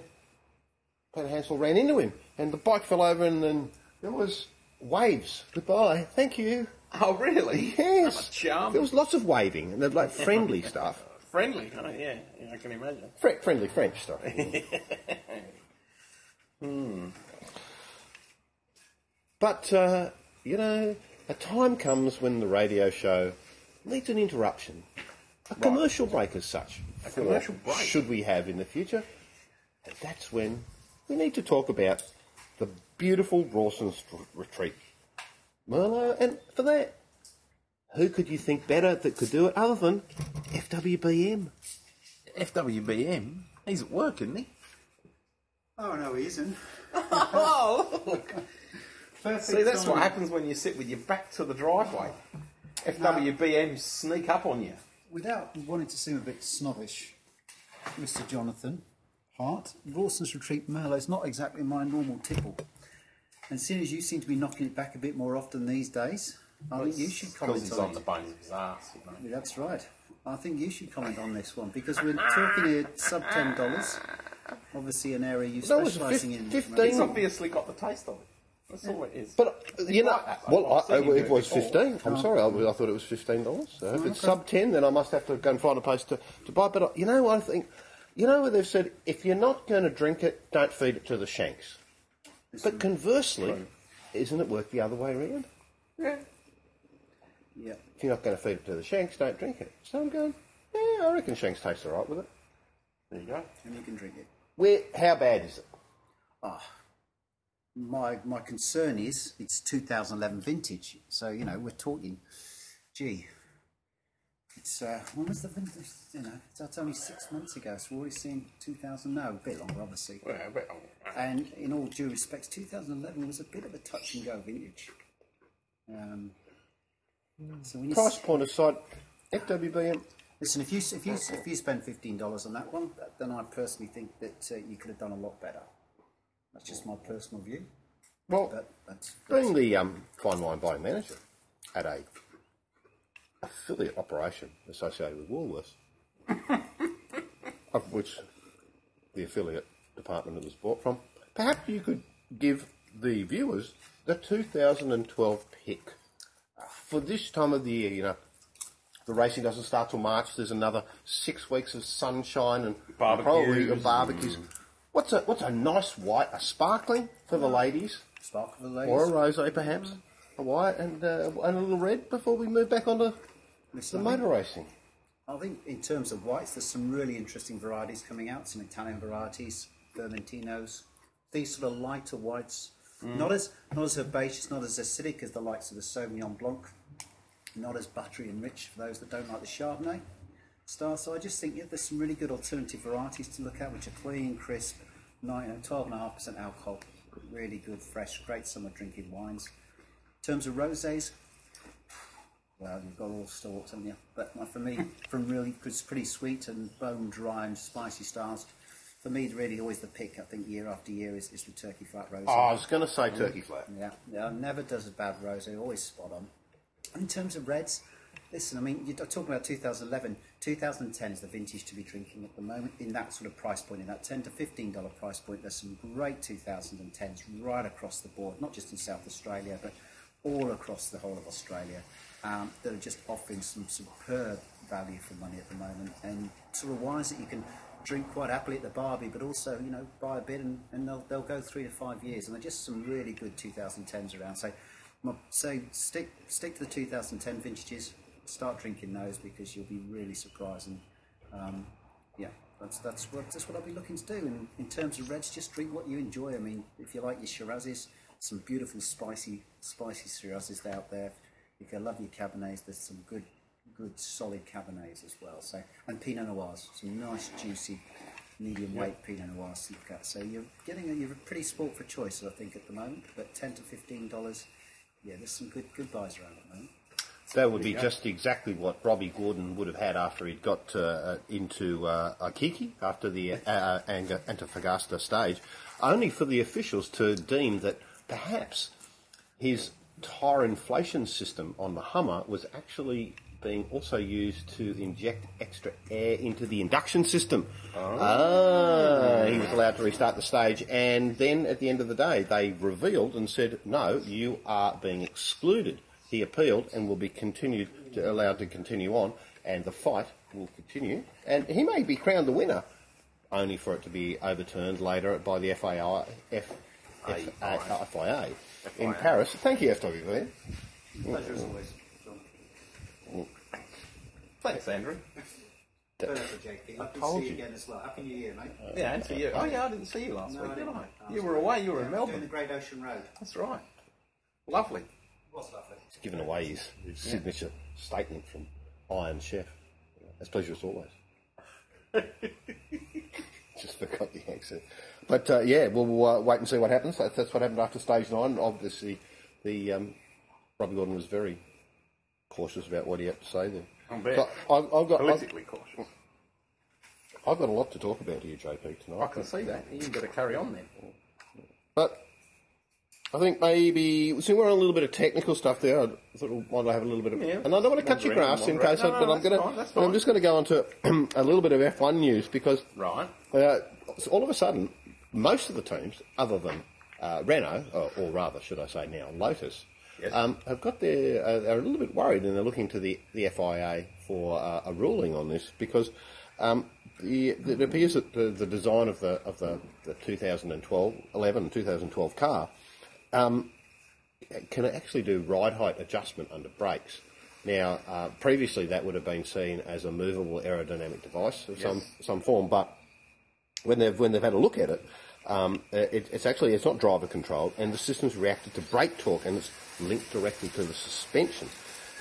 Speaker 4: Peter Hansel ran into him, and the bike fell over, and then there was waves. Goodbye, thank you.
Speaker 6: Oh really?
Speaker 4: Yes,
Speaker 6: charm.
Speaker 4: there was lots of waving and like friendly stuff,
Speaker 6: Friendly. Oh yeah. yeah. I can imagine.
Speaker 4: Fri friendly French stuff.
Speaker 6: Hmm.
Speaker 4: But, uh, you know, a time comes when the radio show needs an interruption. A commercial break, as such. A
Speaker 6: commercial break.
Speaker 4: Should we have in the future? And that's when we need to talk about the beautiful Rawson's r- retreat. Merlot, and for that, who could you think better that could do it other than FWBM?
Speaker 6: FWBM. He's at work, isn't he?
Speaker 7: Oh no, he isn't.
Speaker 6: Oh. look.
Speaker 7: Perfect
Speaker 6: See, that's what
Speaker 7: timing.
Speaker 6: happens when you sit with your back to the driveway. FWBM sneak up on you.
Speaker 7: Without wanting to seem a bit snobbish, Mr. Jonathan Hart, Rawson's Retreat Merlot's not exactly my normal tipple. And seeing as you seem to be knocking it back a bit more often these days, I think you should
Speaker 6: Because
Speaker 7: comment
Speaker 6: he's
Speaker 7: on
Speaker 6: on
Speaker 7: it.
Speaker 6: the bones of his ass. You know.
Speaker 7: Yeah, That's right. I think you should comment on this one because we're talking here sub ten dollars. Obviously, an area you
Speaker 4: That was
Speaker 7: specialising in.
Speaker 4: fif-
Speaker 7: Ray.
Speaker 6: He's
Speaker 4: Mm.
Speaker 6: obviously got the taste of it. That's all it is.
Speaker 4: But uh,
Speaker 6: Is it
Speaker 4: you know,
Speaker 6: like that?
Speaker 4: well,
Speaker 6: I've
Speaker 4: I,
Speaker 6: seen you
Speaker 4: it
Speaker 6: do
Speaker 4: was
Speaker 6: before.
Speaker 4: fifteen. I'm sorry, I, was- I thought it was fifteen dollars. So if it's sub ten, then I must have to go and find a place to, to buy. But I, you know, I think you know where they've said if you're not going to drink it, don't feed it to the shanks.
Speaker 7: Hmm.
Speaker 4: But conversely, isn't it work the other way around?
Speaker 7: Yeah.
Speaker 4: If you're not going to feed it to the shanks, don't drink it. So I'm going. Yeah, I reckon shanks tastes all right with it.
Speaker 6: There you go.
Speaker 7: And you can drink it.
Speaker 4: Where? How bad is it?
Speaker 7: My my concern is it's 2011 vintage, so you know we're talking. Gee, it's It's, uh, when was the winter? You know, that's only six months ago, so we're already seeing 2000 now, a bit longer, obviously.
Speaker 6: Well, a bit longer.
Speaker 7: And in all due respects, 2011 was a bit of a touch and go vintage. Um, so when you
Speaker 4: Price point aside, FWBM,
Speaker 7: Listen, if you if you if you spend fifteen dollars on that one, then I personally think that uh, you could have done a lot better. That's just my personal view.
Speaker 4: well,
Speaker 7: But that's,
Speaker 4: being the um, fine wine buying manager at a affiliate operation associated with Woolworths, of which the affiliate department it was bought from, perhaps you could give the viewers the 2012 pick for this time of the year. You know, the racing doesn't start till March. There's another six weeks of sunshine and probably
Speaker 6: Barbecues.
Speaker 4: barbecues. What's a what's a nice white, a sparkling for the ladies?
Speaker 7: spark of the ladies.
Speaker 4: or a rosé perhaps, a white and, uh, and a little red before we move back onto the
Speaker 7: Listen, I think-
Speaker 4: motor racing.
Speaker 7: I think in terms of whites, there's some really interesting varieties coming out. Some Italian varieties, Vermentinos, these sort of lighter whites, not as not as herbaceous, not as acidic as the likes of the Sauvignon Blanc, not as buttery and rich for those that don't like the Chardonnay style. So I just think yeah, there's some really good alternative varieties to look at, which are clean, crisp, nine, uh, you know, 12.5% alcohol, really good, fresh, great summer drinking wines. In terms of rosés, well, you've got all sorts, haven't you? But like, for me, from really, it's pretty sweet and bone dry and spicy styles. For me, really, always the pick. I think year after year is, is the turkey flat rosé.
Speaker 4: I was going to say turkey flat.
Speaker 7: Yeah, yeah, never does a bad rosé. Always spot on. And in terms of reds, listen, I mean, you're talking about 2011. 2010 is the vintage to be drinking at the moment in that sort of price point, in that 10 to 15 dollar price point. There's some great 2010s right across the board, not just in South Australia, but all across the whole of Australia, um, that are just offering some superb value for money at the moment, and sort of wines that you can drink quite happily at the barbie, but also you know buy a bit and, and they'll they'll go three to five years, and they're just some really good 2010s around. So, my- so stick stick to the 2010 vintages. Start drinking those because you'll be really surprised. And um, yeah, that's that's what that's what I'll be looking to do. And in terms of reds, just drink what you enjoy. I mean, if you like your Shirazes, some beautiful spicy spicy Shirazes out there. If you love your Cabernets, there's some good good solid Cabernets as well. So and Pinot Noirs, some nice juicy medium weight Pinot Noirs to look at. So you're getting a, you're pretty sport for choice, I think, at the moment. But ten to fifteen dollars, yeah, there's some good good buys around at the moment.
Speaker 4: That would be just exactly what Robbie Gordon would have had after he'd got uh, into uh, Akiki after the uh, Anga- Antofagasta stage, only for the officials to deem that perhaps his tire inflation system on the Hummer was actually being also used to inject extra air into the induction system. Ah, he was allowed to restart the stage, and then at the end of the day, they revealed and said, "No, you are being excluded." He appealed and will be continued to allowed to continue on, and the fight will continue. And he may be crowned the winner, only for it to be overturned later by the FAI, F, F, A- FIA in Paris. Thank you, FWB.
Speaker 7: Pleasure as always. John.
Speaker 6: Thanks, Andrew.
Speaker 7: Pleasure, JP. Lovely to
Speaker 4: told
Speaker 7: see you
Speaker 4: you.
Speaker 7: again as well. Happy New Year, mate.
Speaker 6: Yeah, and to you. Oh, yeah, I didn't see you last
Speaker 7: No, I
Speaker 6: week, did
Speaker 7: didn't.
Speaker 6: I?
Speaker 7: No,
Speaker 6: You
Speaker 7: I
Speaker 6: were away, you were in
Speaker 7: Yeah, Doing the
Speaker 6: Melbourne.
Speaker 7: Great Ocean Road.
Speaker 6: That's right. Lovely.
Speaker 7: was lovely.
Speaker 4: He's given away his signature statement from Iron Chef. As pleasure as always. Just forgot the accent. But uh, yeah, we'll, uh, wait and see what happens. That's, that's what happened after stage nine. Obviously, the um, Robbie Gordon was very cautious about what he had to say there.
Speaker 6: I'll bet.
Speaker 4: So I've, I've got, I've,
Speaker 6: Politically cautious.
Speaker 4: I've got a lot to talk about here, JP, tonight.
Speaker 6: I can see that. You've got to carry on then.
Speaker 4: But I think maybe so we're on a little bit of technical stuff there. I thought we might have a little bit of,
Speaker 6: Yeah.
Speaker 4: and I don't want to cut your
Speaker 6: Wandering,
Speaker 4: grass in
Speaker 6: wandering.
Speaker 4: case.
Speaker 6: No,
Speaker 4: I,
Speaker 6: no,
Speaker 4: but I'm
Speaker 6: that's
Speaker 4: going
Speaker 6: fine, that's
Speaker 4: to. I'm
Speaker 6: fine.
Speaker 4: just going to go on to a little bit of F1 news because
Speaker 6: Right.
Speaker 4: uh, so all of a sudden, most of the teams, other than uh, Renault, or, or rather, should I say now, Lotus,
Speaker 6: Yes.
Speaker 4: um, have got their, uh, are a little bit worried and they're looking to the, the FIA for uh, a ruling on this because um, the, it appears that the, the design of the, of the, the 2012, 11 and 2012 car um, can actually do ride height adjustment under brakes. Now, uh, previously that would have been seen as a movable aerodynamic device of some some form, but when they've when they've had a look at it, um, uh, it, it's actually it's not driver controlled, and the system's reacted to brake torque, and it's linked directly to the suspension.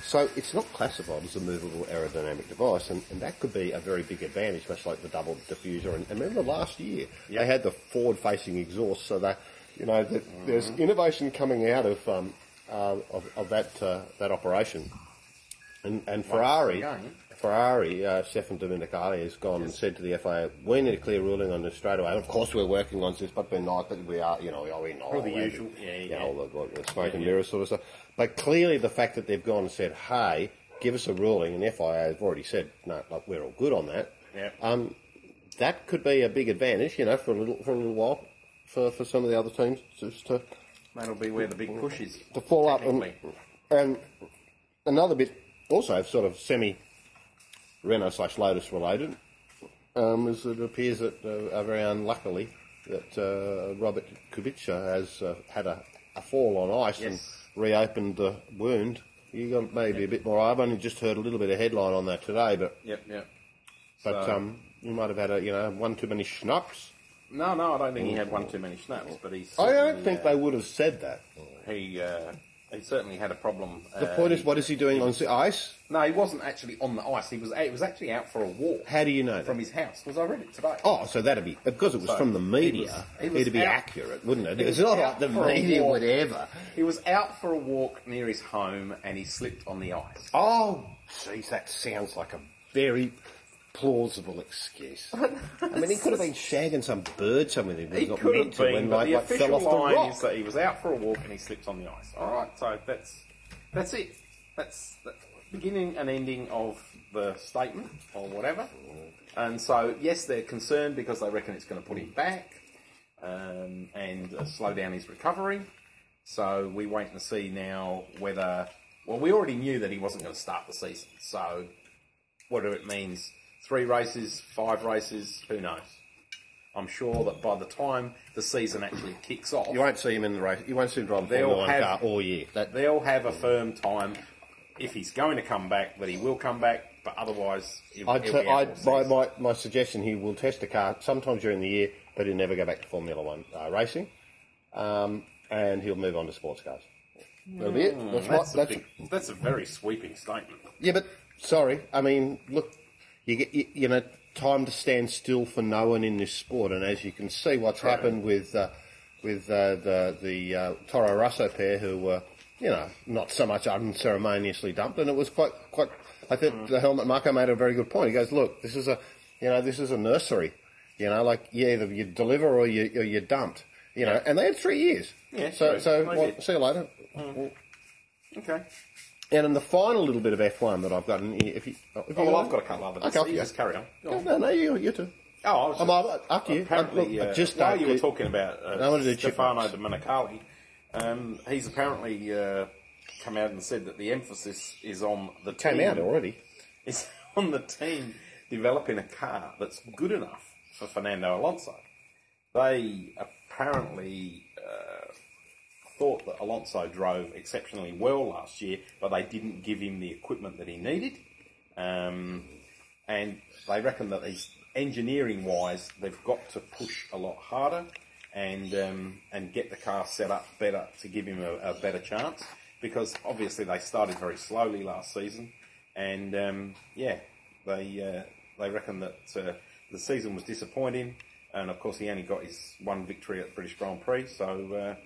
Speaker 4: So it's not classified as a movable aerodynamic device, and, and that could be a very big advantage, much like the double diffuser. And, and remember last year, they had the forward-facing exhaust, so that you know that there's innovation coming out of um, uh, of, of that uh, that operation. And, and Ferrari,
Speaker 6: going.
Speaker 4: Ferrari, uh, Stefan Domenicali has gone and said to the FIA, "We need a clear ruling on this straight away." And of course, we're working on this, but we're not. But we are, you know, we know
Speaker 6: All the
Speaker 4: and-
Speaker 6: usual, yeah, yeah.
Speaker 4: all the, what, the smoke and mirrors sort of stuff. But clearly, the fact that they've gone and said, "Hey, give us a ruling," and FIA have already said, "No, like, we're all good on that."
Speaker 6: Yeah.
Speaker 4: Um, that could be a big advantage, you know, for a little for a little while, for, for some of the other teams just to
Speaker 6: That'll be where the big push is.
Speaker 4: to fall up and,
Speaker 6: Technically.
Speaker 4: and another bit also sort of semi Renault slash Lotus related um, is it appears that uh, very unluckily that uh, Robert Kubica has uh, had a, a fall on ice
Speaker 6: Yes.
Speaker 4: and reopened the wound. You got maybe a bit more. I've only just heard a little bit of headline on that today, but
Speaker 6: Yep, yep.
Speaker 4: but
Speaker 6: So-
Speaker 4: um, you might have had a you know one too many schnapps.
Speaker 6: No, no, I don't think he had one too many snaps, but uh, he's.
Speaker 4: I don't think they would have said that.
Speaker 6: He uh, he certainly had a problem.
Speaker 4: The
Speaker 6: uh,
Speaker 4: point is, what is he doing on the ice?
Speaker 6: No, he wasn't actually on the ice. He was. It was actually out for a walk
Speaker 4: How do you know? That?
Speaker 6: from his house. Was I read it today?
Speaker 4: Oh, so that'd be because it was
Speaker 6: So,
Speaker 4: from the media.
Speaker 6: he was- he was
Speaker 4: it'd be
Speaker 6: out-
Speaker 4: accurate, wouldn't it?
Speaker 6: he
Speaker 4: It's
Speaker 6: was
Speaker 4: not like
Speaker 6: out
Speaker 4: the
Speaker 6: for a
Speaker 4: media
Speaker 6: walk.
Speaker 4: would ever.
Speaker 6: He was out for a walk near his home and he slipped on the ice.
Speaker 4: Oh, jeez, that sounds like a very plausible excuse. I mean, he could have been shagging some bird somewhere. He was
Speaker 6: He
Speaker 4: not
Speaker 6: could
Speaker 4: meant
Speaker 6: have
Speaker 4: to,
Speaker 6: been,
Speaker 4: and
Speaker 6: but
Speaker 4: like,
Speaker 6: the
Speaker 4: like fell
Speaker 6: official
Speaker 4: off the
Speaker 6: line
Speaker 4: rock.
Speaker 6: is that he was out for a walk and he slipped on the ice. All right, so that's that's it. That's the beginning and ending of the statement or whatever. And so, yes, they're concerned because they reckon it's going to put him back um, and uh, slow down his recovery. So we wait and see now whether. Well, we already knew that he wasn't going to start the season. So whatever it means, three races, five races, who knows? I'm sure that by the time the season actually kicks off,
Speaker 4: You won't see him in the race. You won't see him driving
Speaker 6: They'll
Speaker 4: Formula One
Speaker 6: have-
Speaker 4: car all year. That,
Speaker 6: they'll have a firm time. If he's going to come back, that he will come back, but otherwise, he'll,
Speaker 4: I'd
Speaker 6: he'll
Speaker 4: t-
Speaker 6: be out
Speaker 4: I'd,
Speaker 6: all
Speaker 4: my,
Speaker 6: season.
Speaker 4: my, my suggestion, he will test a car sometime during the year, but he'll never go back to Formula One uh, racing, um, and he'll move on to sports cars. That'll be it. That's, my-
Speaker 6: Hmm, That's, a
Speaker 4: that's-
Speaker 6: big- that's a very sweeping statement.
Speaker 4: Yeah, but sorry. I mean, look, you get you, you know time to stand still for no one in this sport, and as you can see, what's happened with uh, with uh, the the uh, Toro Rosso pair, who were you know not so much unceremoniously dumped, and it was quite quite. I think
Speaker 6: Mm.
Speaker 4: the helmet Marco made a very good point. He goes, look, this is a you know this is a nursery, you know, like you either you deliver or you or you're dumped, you know, and they had three years.
Speaker 6: Yeah,
Speaker 4: so
Speaker 6: true.
Speaker 4: so
Speaker 6: They
Speaker 4: well,
Speaker 6: did.
Speaker 4: see you later.
Speaker 6: Mm. Okay.
Speaker 4: And in the final little bit of F1 that I've gotten, here, if you, if
Speaker 6: Oh,
Speaker 4: you
Speaker 6: well,
Speaker 4: like-
Speaker 6: I've got a couple other bits.
Speaker 4: Okay,
Speaker 6: so
Speaker 4: off
Speaker 6: you
Speaker 4: you go.
Speaker 6: just carry on. Go
Speaker 4: No,
Speaker 6: on.
Speaker 4: no, no, you, you two.
Speaker 6: Oh, I was
Speaker 4: I'm
Speaker 6: just-
Speaker 4: up- up to you.
Speaker 6: Apparently,
Speaker 4: Look, I
Speaker 6: uh,
Speaker 4: just
Speaker 6: while
Speaker 4: don't
Speaker 6: you were
Speaker 4: get-
Speaker 6: talking about uh,
Speaker 4: I wanted to check
Speaker 6: Stefano
Speaker 4: marks.
Speaker 6: Domenicali, um, he's apparently uh, come out and said that the emphasis is on the
Speaker 4: Came
Speaker 6: team,
Speaker 4: out already.
Speaker 6: Is on the team developing a car that's good enough for Fernando Alonso. They apparently uh, thought that Alonso drove exceptionally well last year, but they didn't give him the equipment that he needed. Um, and they reckon that he's engineering wise, they've got to push a lot harder and um, and get the car set up better to give him a, a better chance because obviously they started very slowly last season, and um, yeah, they uh, they reckon that uh, the season was disappointing, and of course he only got his one victory at the British Grand Prix, so. Uh,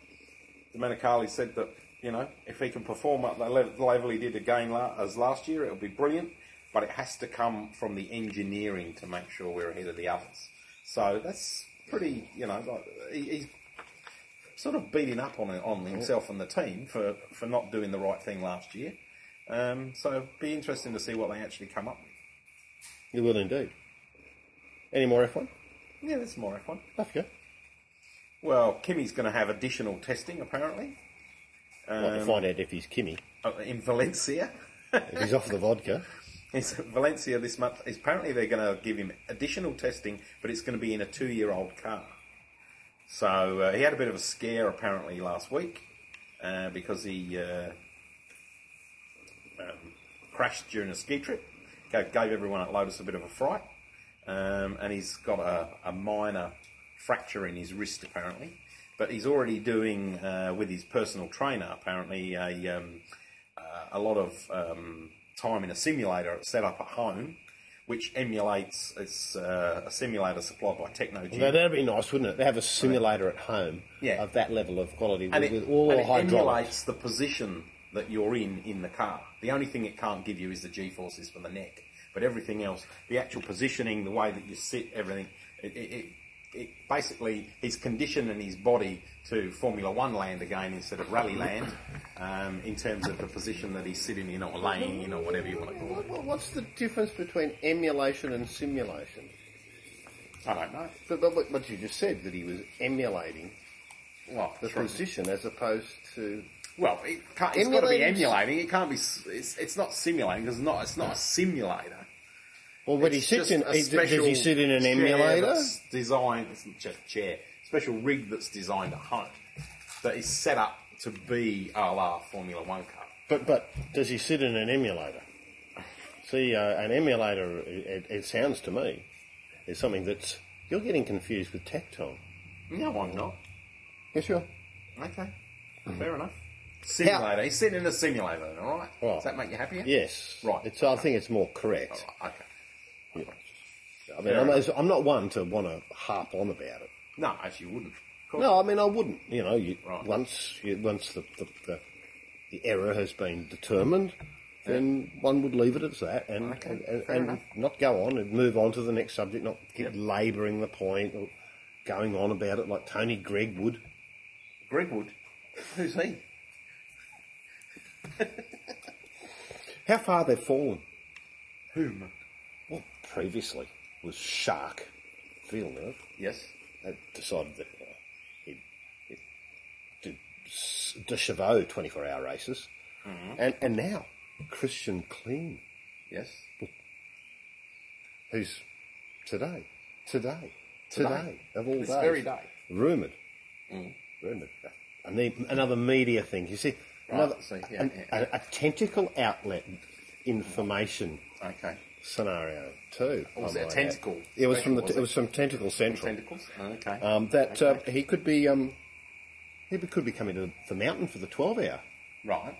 Speaker 6: Domenicali said that you know if he can perform at the level, the level he did again la- as last year, it'll be brilliant. But it has to come from the engineering to make sure we're ahead of the others. So that's pretty, you know, like, he, he's sort of beating up on on himself and the team for, for not doing the right thing last year. Um, so it'll be interesting to see what they actually come up with.
Speaker 4: You will indeed. Any more F1?
Speaker 6: Yeah, that's more F1.
Speaker 4: Off you go.
Speaker 6: Well, Kimmy's going to have additional testing apparently
Speaker 4: Like
Speaker 6: Um,
Speaker 4: to find out if he's Kimmy.
Speaker 6: uh, in Valencia.
Speaker 4: If he's off the vodka.
Speaker 6: It's at Valencia this month. It's apparently they're going to give him additional testing, but it's going to be in a two-year-old car. So uh, he had a bit of a scare apparently last week uh, because he uh, um, crashed during a ski trip, gave, gave everyone at Lotus a bit of a fright, um, and he's got a, a minor fracture in his wrist apparently. But he's already doing uh, with his personal trainer apparently a um, uh, a lot of um, time in a simulator it's set up at home, which emulates it's uh, a simulator supplied by Technogym.
Speaker 4: Now, that'd be nice, wouldn't it? To have a simulator at home
Speaker 6: Yeah.
Speaker 4: of that level of quality
Speaker 6: and
Speaker 4: with,
Speaker 6: it,
Speaker 4: with all
Speaker 6: and
Speaker 4: the
Speaker 6: it
Speaker 4: hydraulics.
Speaker 6: emulates the position that you're in in the car. The only thing it can't give you is the G forces from the neck, but everything else, the actual positioning, the way that you sit, everything, it, it, it, it basically he's conditioning his body to Formula One land again instead of rally land, um, in terms of the position that he's sitting in or laying in or whatever you want to call
Speaker 4: What-
Speaker 6: it.
Speaker 4: what- What's the difference between emulation and simulation?
Speaker 6: I don't know.
Speaker 4: But, but what- what you just said, that he was emulating
Speaker 6: Well,
Speaker 4: the
Speaker 6: sure.
Speaker 4: position as opposed to
Speaker 6: Well, it can't, it's got to be
Speaker 4: Emulating-
Speaker 6: emulating. It can't be. s- It's, it's not simulating. 'cause It's not. It's not a simulator.
Speaker 4: Well, when he
Speaker 6: It's
Speaker 4: sits
Speaker 6: just
Speaker 4: in,
Speaker 6: a
Speaker 4: he, does
Speaker 6: special
Speaker 4: he sit in an
Speaker 6: chair
Speaker 4: emulator?
Speaker 6: that's Designed, it's not just a chair, special rig that's designed at home that is set up to be a la Formula One car.
Speaker 4: But but does he sit in an emulator? See, uh, an emulator, it, it sounds to me, is something that's you're getting confused with tactile.
Speaker 6: No, I'm not.
Speaker 4: Yes, you are.
Speaker 6: Okay,
Speaker 4: Hmm.
Speaker 6: fair enough. Simulator. He's sitting in a simulator, then, all right?
Speaker 4: Right.
Speaker 6: Does that make you happier?
Speaker 4: Yes,
Speaker 6: Right.
Speaker 4: It's, I think it's more correct.
Speaker 6: All right, okay.
Speaker 4: I mean, I'm, I'm not one to want to harp on about it.
Speaker 6: No, actually, you wouldn't. Of course.
Speaker 4: No, I mean I wouldn't. You know, you,
Speaker 6: Right.
Speaker 4: once you, once the, the, the the error has been determined, then one would leave it at that and
Speaker 6: Okay,
Speaker 4: and, and,
Speaker 6: fair
Speaker 4: and
Speaker 6: enough.
Speaker 4: not go on and move on to the next subject, not keep labouring the point or going on about it like Tony Gregg would.
Speaker 6: Gregwood. Who's he?
Speaker 4: How far they've fallen?
Speaker 6: Whom?
Speaker 4: Well, previously was Shark Villeneuve.
Speaker 6: Yes.
Speaker 4: They decided that uh, he'd, he'd do s- de Cheveau twenty four hour races,
Speaker 6: Mm-hmm.
Speaker 4: and and now Christian Clean.
Speaker 6: Yes.
Speaker 4: who's today, today, today, of all
Speaker 6: This
Speaker 4: days,
Speaker 6: very day. Mm.
Speaker 4: rumoured, rumoured. And then another media thing. You see, another
Speaker 6: so, yeah,
Speaker 4: an-
Speaker 6: yeah.
Speaker 4: A, a tentacle outlet information
Speaker 6: Okay.
Speaker 4: scenario too.
Speaker 6: Oh, was
Speaker 4: I
Speaker 6: it a
Speaker 4: might
Speaker 6: tentacle
Speaker 4: add. It was from the
Speaker 6: special, was
Speaker 4: it? was from Tentacle Central.
Speaker 6: Tentacles. Okay.
Speaker 4: Um, that
Speaker 6: Okay.
Speaker 4: uh, he could be um, he be- could be coming to the mountain for the twelve hour
Speaker 6: right.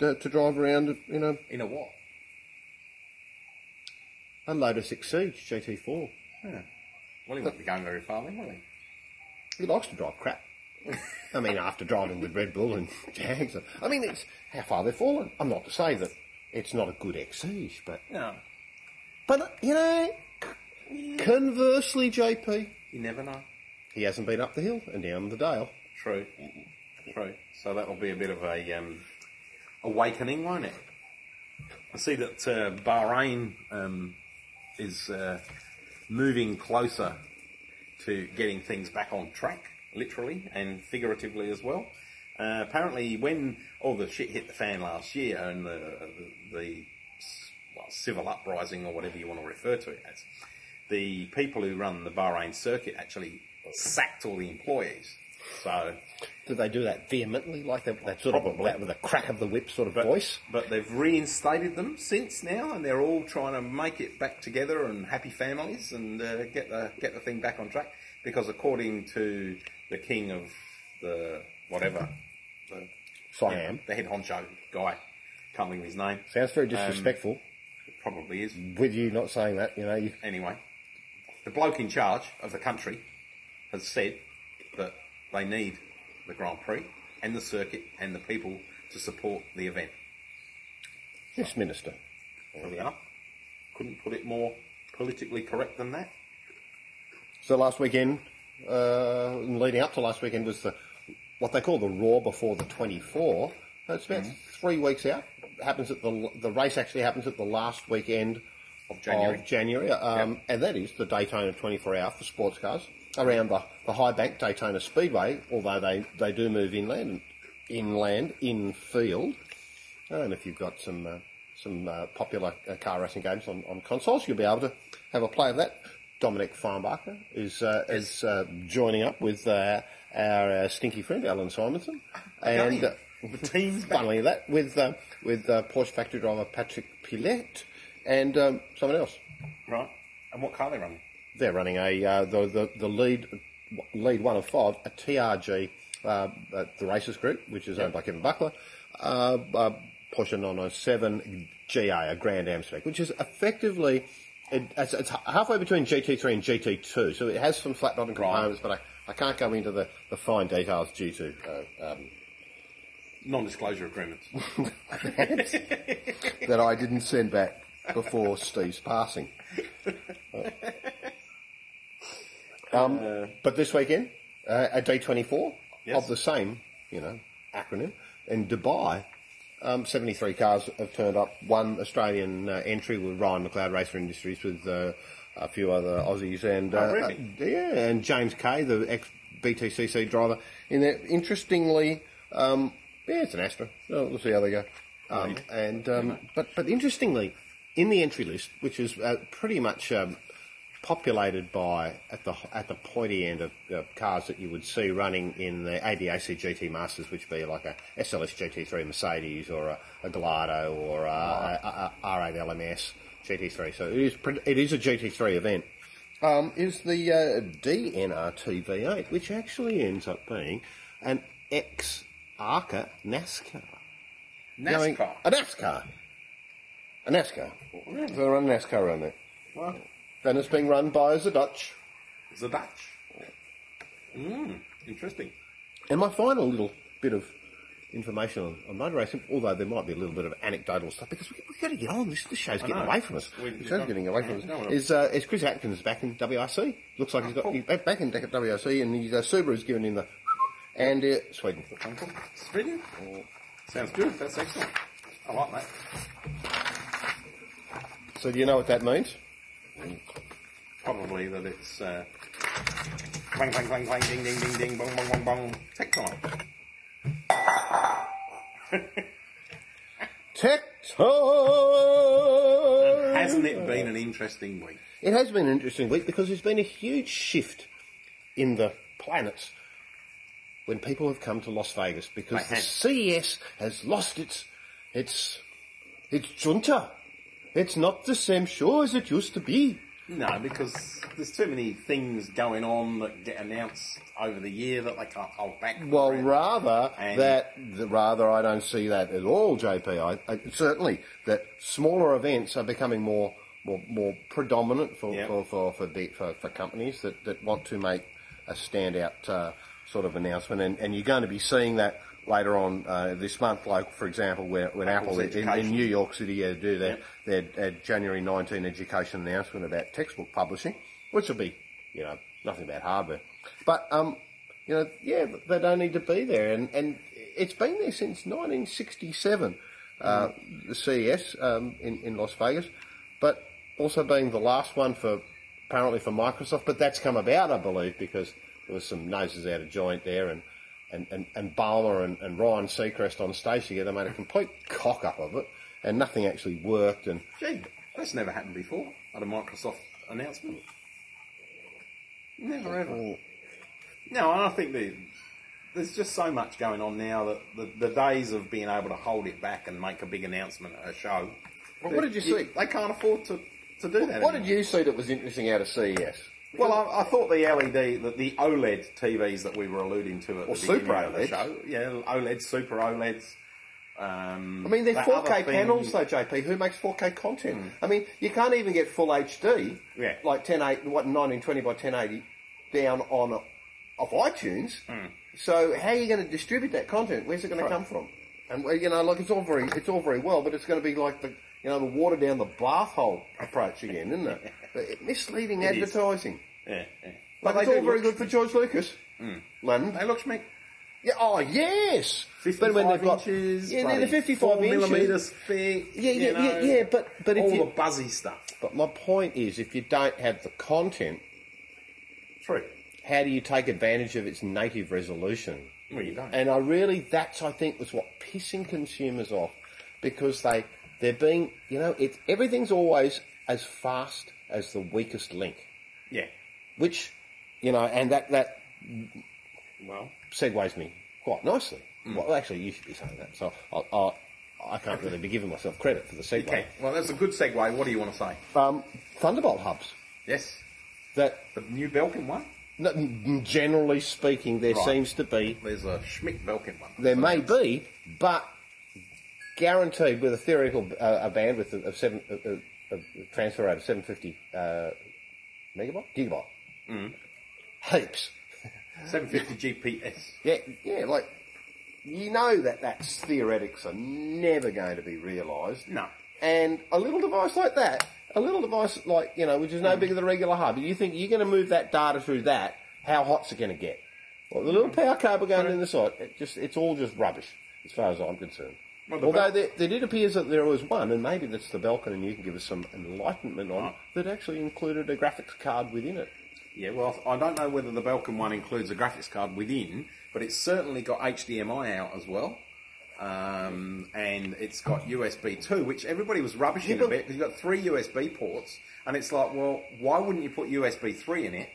Speaker 4: to, to drive around in a,
Speaker 6: In a what?
Speaker 4: a Lotus Exige GT4.
Speaker 6: Well, he wouldn't be going very far then, will he?
Speaker 4: He likes to drive crap. I mean, after driving with Red Bull and Jags, I mean, it's how far they've fallen. I'm not to say that it's not a good exige, but
Speaker 6: No.
Speaker 4: but you know, c- conversely, JP,
Speaker 6: You never know.
Speaker 4: he hasn't been up the hill and down the dale.
Speaker 6: True. True. So that'll be a bit of a um, awakening, won't it? I see that uh, Bahrain um, is uh, moving closer to getting things back on track, literally and figuratively as well. Uh, apparently, when all the shit hit the fan last year and the, the, the well, civil uprising or whatever you want to refer to it as, the people who run the Bahrain circuit actually sacked all the employees. So
Speaker 4: Did they do that vehemently, like that, that sort of
Speaker 6: Probably.
Speaker 4: that with a crack of the whip sort of voice?
Speaker 6: But they've reinstated them since now, and they're all trying to make it back together and happy families and uh, get the get the thing back on track. Because according to the king of the whatever, the,
Speaker 4: Siam
Speaker 6: the head honcho guy, can't think of his name.
Speaker 4: sounds very disrespectful.
Speaker 6: Probably is
Speaker 4: with you not saying that, you know, you,
Speaker 6: anyway. The bloke in charge of the country has said that they need the Grand Prix and the circuit and the people to support the event.
Speaker 4: yes, minister.
Speaker 6: There we are. Couldn't put it more politically correct than that.
Speaker 4: So last weekend, uh, and leading up to last weekend, was the what they call the Raw before the 24. It's about
Speaker 6: Mm-hmm.
Speaker 4: three weeks out. Happens at the the race actually happens at the last weekend
Speaker 6: Of January.
Speaker 4: of January, um,
Speaker 6: Yep.
Speaker 4: and that is the Daytona 24 Hour for sports cars around the, the High Bank Daytona Speedway. Although they, they do move inland, inland, in field, Oh, and if you've got some uh, some uh, popular uh, car racing games on, on consoles, you'll be able to have a play of that. Dominic Farnbacher is uh, is uh, joining up with uh, our uh, stinky friend Alan Simonson, and uh,
Speaker 6: Again, the team's back.
Speaker 4: funnily that with uh, with uh, Porsche factory driver Patrick Pilette and um, someone else.
Speaker 6: Right. And what car they running?
Speaker 4: They're running a uh, the, the the lead lead one of five a TRG uh, uh, the races group, which is owned by Kevin Buckler, uh, uh, Porsche 997 GA, a Grand Am spec, which is effectively it, it's, it's halfway between GT3 and GT2, so it has some flat bottom components, but I, I can't go into the, the fine details due to uh, um,
Speaker 6: Non-disclosure agreements.
Speaker 4: that I didn't send back before Steve's passing. Uh, Um, but this weekend, uh, at day 24
Speaker 6: Yes.
Speaker 4: of the same, you know, acronym, in Dubai, um, 73 cars have turned up. One Australian uh, entry with Ryan McLeod Racer Industries with uh, a few other Aussies and uh,
Speaker 6: really?
Speaker 4: uh, yeah, and James Kay, the ex BTCC driver. In there, interestingly, um, yeah, it's an Astra. So we'll see how they go. Um, and um, but but interestingly, in the entry list, which is uh, pretty much um, populated by at the at the pointy end of uh, cars that you would see running in the ADAC GT Masters, which would be like a SLS GT3 Mercedes or a, a Gallardo or a, a, a, a R8 LMS GT3. So it is pre- it is a GT3 event. Um, is the uh, DNRTV8, which actually ends up being an ex ARCA NASCAR. Going-
Speaker 6: NASCAR.
Speaker 4: a NASCAR. A NASCAR. So they run a NASCAR around there.
Speaker 6: Well,
Speaker 4: And it's being run by the Dutch.
Speaker 6: the Dutch. Mm, interesting.
Speaker 4: And my final little bit of information on, on motor racing, although there might be a little bit of anecdotal stuff, because we, we've got to get on. This, this show's getting
Speaker 6: know.
Speaker 4: away from us.
Speaker 6: We-
Speaker 4: the show's getting away from us.
Speaker 6: No, Oh, no.
Speaker 4: is, uh, is Chris Atkins back in WRC? Looks like he's got he's back back in WRC, and he's, uh, Subaru's given him the. And uh, Sweden.
Speaker 6: Sweden? Sounds good. That's excellent. I like that.
Speaker 4: So do you know what that means?
Speaker 6: Probably that it's uh, clang, clang, clang, clang, ding, ding, ding, ding, bong, bong, bong, bong. Tech time.
Speaker 4: Tech time!
Speaker 6: Hasn't it been an interesting week?
Speaker 4: It has been an interesting week because there's been a huge shift in the planets when people have come to Las Vegas because the
Speaker 6: have.
Speaker 4: CES has lost its its its junta. It's not the same show as it used to be.
Speaker 6: No, because there's too many things going on that get announced over the year that they can't hold back.
Speaker 4: Well,
Speaker 6: from.
Speaker 4: rather
Speaker 6: And-
Speaker 4: that the, rather I don't see that at all, JP. I, I, certainly that smaller events are becoming more more, more predominant for,
Speaker 6: Yep.
Speaker 4: for, for, for, the, for for companies that, that want to make a standout uh, sort of announcement, and, and you're going to be seeing that later on uh, this month. Like for example, where when Apple
Speaker 6: Apple's
Speaker 4: in, in
Speaker 6: education.
Speaker 4: New York City yeah, do their,
Speaker 6: Yep.
Speaker 4: their uh, January 19 education announcement about textbook publishing, which will be you know nothing about hardware, but um you know, yeah, they don't need to be there, and and it's been there since 1967, uh, the CES um, in in Las Vegas, but also being the last one for apparently for Microsoft, but that's come about, I believe, because there was some noses out of joint there, and and and, and Balmer and, and Ryan Seacrest on stage together made a complete cock up of it, and nothing actually worked, and
Speaker 6: Gee, that's never happened before at a Microsoft announcement. Never ever. No, and I think that there's just so much going on now that the, the days of being able to hold it back and make a big announcement at a show.
Speaker 4: Well, what did you see?
Speaker 6: They can't afford to, to do that.
Speaker 4: what
Speaker 6: anymore.
Speaker 4: did you see that was interesting out of E CES?
Speaker 6: Well, I, I thought the LED, the, the E OLED TVs that we were alluding to at
Speaker 4: Or
Speaker 6: the beginning
Speaker 4: Super
Speaker 6: of the
Speaker 4: OLEDs.
Speaker 6: show, yeah, OLEDs, Super E OLEDs. Um,
Speaker 4: I mean, they're
Speaker 6: that
Speaker 4: 4K
Speaker 6: other thing- Mm.
Speaker 4: panels, though, JP. Who makes 4K content? I mean, you can't even get full HD,
Speaker 6: Yeah.
Speaker 4: like 1080, what 1920 by 1080, down on off iTunes.
Speaker 6: Mm.
Speaker 4: So how are you going to distribute that content? Where's it going to come from? And well, you know, like it's all very, it's all very well, but it's going to be like the, you know, the water down the bathhole approach again, isn't it? But misleading
Speaker 6: It is.
Speaker 4: advertising.
Speaker 6: Yeah, yeah.
Speaker 4: But
Speaker 6: they
Speaker 4: it's
Speaker 6: do
Speaker 4: all very
Speaker 6: look-
Speaker 4: good
Speaker 6: Hmm.
Speaker 4: for George Lucas. London.
Speaker 6: They look schmick.
Speaker 4: Yeah, oh yes.
Speaker 6: 55 inches,
Speaker 4: yeah, they're the
Speaker 6: bloody
Speaker 4: 55
Speaker 6: four
Speaker 4: inches.
Speaker 6: millimetres thick.
Speaker 4: Yeah,
Speaker 6: you
Speaker 4: yeah,
Speaker 6: know,
Speaker 4: yeah, yeah, but- but if
Speaker 6: all
Speaker 4: you-
Speaker 6: the buzzy stuff.
Speaker 4: But my point is, if you don't have the content,
Speaker 6: True.
Speaker 4: how do you take advantage of its native resolution?
Speaker 6: Well, you don't.
Speaker 4: And I really, that's I think was what pissing consumers off, because they they're being, you know, it's everything's always as fast as the weakest link,
Speaker 6: yeah.
Speaker 4: which, you know, and that that
Speaker 6: Well,
Speaker 4: segues me quite nicely.
Speaker 6: Mm.
Speaker 4: Well, actually, you should be saying that, so I I, I can't really be giving myself credit for the segue.
Speaker 6: okay. Well, that's a good segue. What do you want to say?
Speaker 4: Um, Thunderbolt hubs
Speaker 6: Yes.
Speaker 4: that.
Speaker 6: The new Belkin one.
Speaker 4: no, Generally speaking, there
Speaker 6: Right.
Speaker 4: seems to be
Speaker 6: There's a Schmick Belkin one.
Speaker 4: There may be, but guaranteed with a theoretical uh, a bandwidth of, of seven of, of, of transfer rate of seven fifty uh, megabyte gigabyte.
Speaker 6: Mm.
Speaker 4: Heaps.
Speaker 6: 750 GPS.
Speaker 4: Yeah, yeah. Like you know that that's theoretics are never going to be realised.
Speaker 6: No.
Speaker 4: And a little device like that, a little device like you know, which is
Speaker 6: Mm.
Speaker 4: no bigger than a regular hub. You think you're going to move that data through that? How hot's it going to get? Well, the little
Speaker 6: Mm.
Speaker 4: power cable going in the side, it just it's all just rubbish as far as I'm concerned.
Speaker 6: Well, the
Speaker 4: Although
Speaker 6: bel-
Speaker 4: there, there did appears that there was one, and maybe that's the Belkin, and you can give us some enlightenment on
Speaker 6: Oh.
Speaker 4: that actually included a graphics card within it.
Speaker 6: Yeah, well, I don't know whether the Belkin one includes a graphics card within, but it's certainly got HDMI out as well. Um, and it's got USB 2, which everybody was rubbishing a bit because you've got three USB ports. And it's like, well, why wouldn't you put USB 3 in it?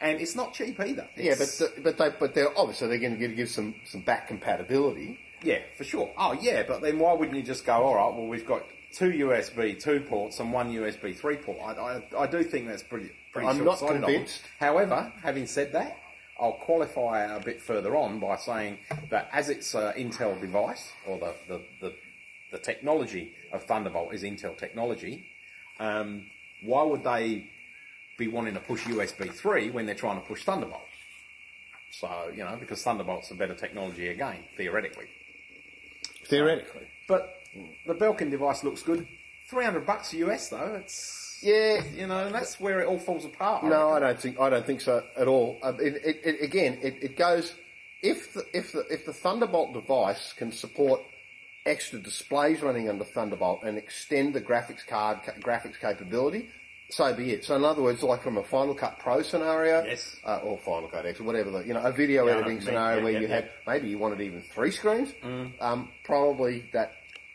Speaker 6: And it's not cheap either.
Speaker 4: Yeah, but
Speaker 6: It's-
Speaker 4: the, but they but they're obviously they're going to give, give some some back compatibility.
Speaker 6: Yeah, for sure. Oh, yeah, but then why wouldn't you just go, all right, well, we've got two USB 2 ports and one USB 3 port? I, I, I do think that's pretty, pretty
Speaker 4: I'm not
Speaker 6: short-sighted of them.
Speaker 4: convinced.
Speaker 6: However, having said that, I'll qualify a bit further on by saying that as it's an Intel device, or the, the, the, the technology of Thunderbolt is Intel technology, um, why would they be wanting to push USB 3 when they're trying to push Thunderbolt? So, you know, because Thunderbolt's a better technology again, theoretically.
Speaker 4: Theoretically.
Speaker 6: But the Belkin device looks good. Three hundred bucks US though. It's
Speaker 4: Yeah.
Speaker 6: you know, and that's where it all falls apart. I
Speaker 4: No,
Speaker 6: reckon.
Speaker 4: I don't think I don't think so at all. Um, it, it, it, again, it, it goes if the, if the, if the Thunderbolt device can support extra displays running under Thunderbolt and extend the graphics card ca- graphics capability, so be it. So in other words, like from a Final Cut Pro scenario,
Speaker 6: Yes.
Speaker 4: uh, or Final Cut X, or whatever, the, you know, a video
Speaker 6: Yeah, I know
Speaker 4: editing
Speaker 6: what you mean.
Speaker 4: scenario
Speaker 6: Yeah,
Speaker 4: where
Speaker 6: yeah,
Speaker 4: you
Speaker 6: yeah. Mm.
Speaker 4: had maybe you wanted even three screens, um, probably that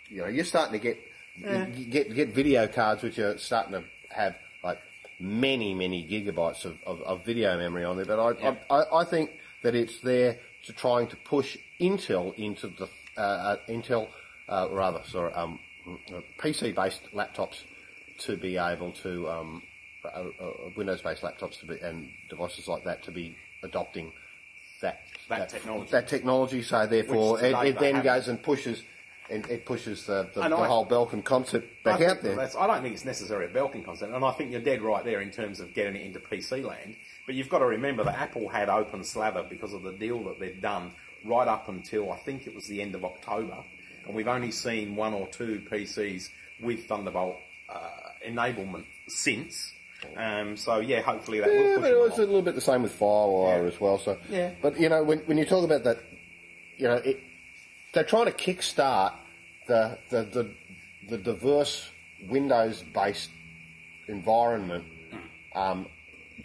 Speaker 4: you know you're starting to get you get get video cards which are starting to have like many many gigabytes of, of, of video memory on there. But I, I, I I think that it's there to trying to push Intel into the uh, uh, Intel uh, rather sorry um, PC based laptops to be able to um, uh, uh, Windows-based laptops to be, and devices like that to be adopting that
Speaker 6: That technology.
Speaker 4: That technology. So therefore,
Speaker 6: Which
Speaker 4: it,
Speaker 6: today
Speaker 4: it
Speaker 6: they
Speaker 4: then
Speaker 6: haven't.
Speaker 4: goes and pushes, and it pushes the, the,
Speaker 6: And
Speaker 4: the
Speaker 6: I-
Speaker 4: whole Belkin concept back
Speaker 6: I
Speaker 4: out
Speaker 6: think
Speaker 4: there.
Speaker 6: That's, I don't think it's necessarily a Belkin concept, and I think you're dead right there in terms of getting it into PC land. But you've got to remember that Apple had open slather because of the deal that they'd done right up until I think it was the end of October, and we've only seen one or two PCs with Thunderbolt uh, enablement since. Um, so yeah, hopefully that will
Speaker 4: Yeah,
Speaker 6: push
Speaker 4: but
Speaker 6: them
Speaker 4: it was a
Speaker 6: along.
Speaker 4: little bit the same with FireWire
Speaker 6: Yeah.
Speaker 4: as well. So,
Speaker 6: Yeah.
Speaker 4: But you know, when, when you talk about that, you know, it, they're trying to kickstart the the, the the diverse Windows-based environment um,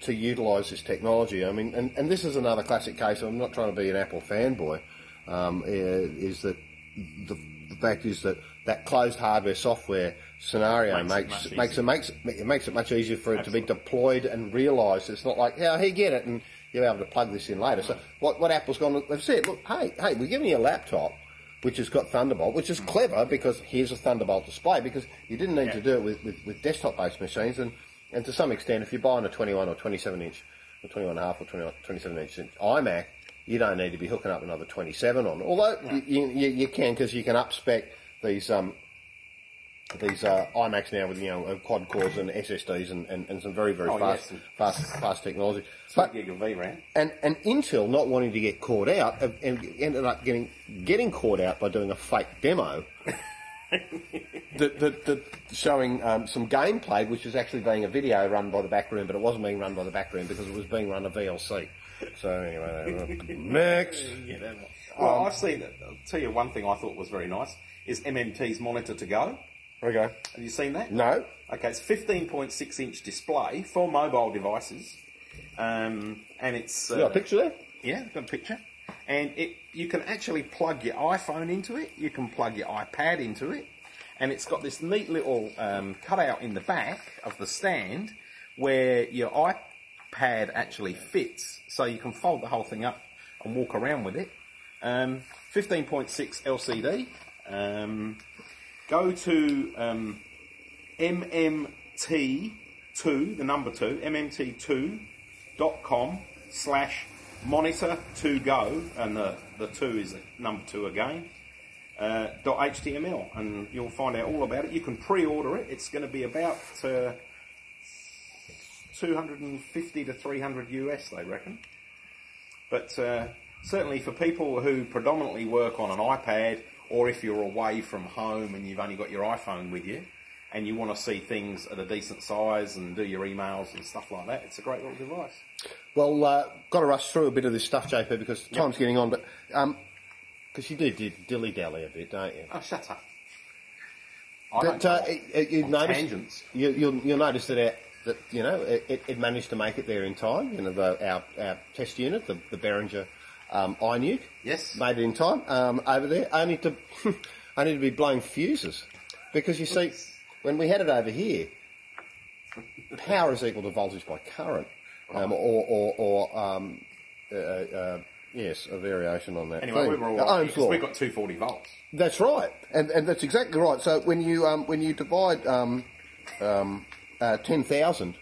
Speaker 4: to utilise this technology. I mean, and, and this is another classic case. I'm not trying to be an Apple fanboy. Um, eh, is that the, the fact is that that closed hardware software scenario
Speaker 6: Makes it
Speaker 4: makes
Speaker 6: much
Speaker 4: makes
Speaker 6: easier.
Speaker 4: it makes it, it makes it much easier for it to be deployed and realised. It's not like, oh, here, get it, and you'll be able to plug this in later. So what, what Apple's gone, they've said, look, hey, hey, we're giving you a laptop which has got Thunderbolt, which is clever because here's a Thunderbolt display because you didn't need to do it with, with, with desktop-based machines. And, and to some extent, if you're buying a 21 or 27-inch or 21.5 or 21, 27-inch iMac, you don't need to be hooking up another 27 on. Although you, you, you can because you can upspec these um, these uh, iMacs now with you know uh, quad cores and SSDs and, and, and some very very
Speaker 6: Oh,
Speaker 4: fast,
Speaker 6: yes.
Speaker 4: fast fast technology.
Speaker 6: Two
Speaker 4: But
Speaker 6: gig of VRAM.
Speaker 4: and and Intel not wanting to get caught out uh, and ended up getting getting caught out by doing a fake demo. that, that, that showing um, some gameplay, which was actually being a video run by the back room, but it wasn't being run by the back room because it was being run a VLC. So anyway, uh, next.
Speaker 6: Well,
Speaker 4: Um,
Speaker 6: I've seen. I'll tell you one thing I thought was very nice is MMT's monitor to go.
Speaker 4: Okay.
Speaker 6: Have you seen that?
Speaker 4: No.
Speaker 6: Okay, it's 15.6 inch display for mobile devices, um, and it's uh,
Speaker 4: You got a picture there?
Speaker 6: Yeah, got a picture, and it you can actually plug your iPhone into it. You can plug your iPad into it, and it's got this neat little um, cutout in the back of the stand where your iPad actually fits, so you can fold the whole thing up and walk around with it. Um, 15.6 LCD. Um, go to um, MMT2, the number 2, MMT2.com slash monitor to go, and the, the 2 is the number 2 again. uh, .html, and you'll find out all about it. You can pre-order it. It's going to be about uh, 250 to 300 US, they reckon. But uh, certainly for people who predominantly work on an iPad, or if you're away from home and you've only got your iPhone with you, and you want to see things at a decent size and do your emails and stuff like that, it's a great little device.
Speaker 4: Well, uh, got to rush through a bit of this stuff, JP, because time's getting on. But because you do, dilly dally a bit, don't you?
Speaker 6: Oh, shut up. I
Speaker 4: But
Speaker 6: don't
Speaker 4: uh,
Speaker 6: know.
Speaker 4: it, it, you
Speaker 6: On
Speaker 4: notice
Speaker 6: tangents.
Speaker 4: You, you'll, you'll notice that our, that you know it, it- it managed to make it there in time. You know, the, our our test unit, the, the Behringer um, iNuke,
Speaker 6: Yes.
Speaker 4: made it in time um, over there. Only to only to be blowing fuses because you see, when we had it over here, power is equal to voltage by current, um, or or, or um, uh, uh, yes, a variation on that.
Speaker 6: Anyway,
Speaker 4: thing.
Speaker 6: we were all
Speaker 4: The
Speaker 6: right
Speaker 4: ohm
Speaker 6: because
Speaker 4: floor.
Speaker 6: we've got 240 volts.
Speaker 4: That's right, and and that's exactly right. So when you um, when you divide um, um, uh, ten thousand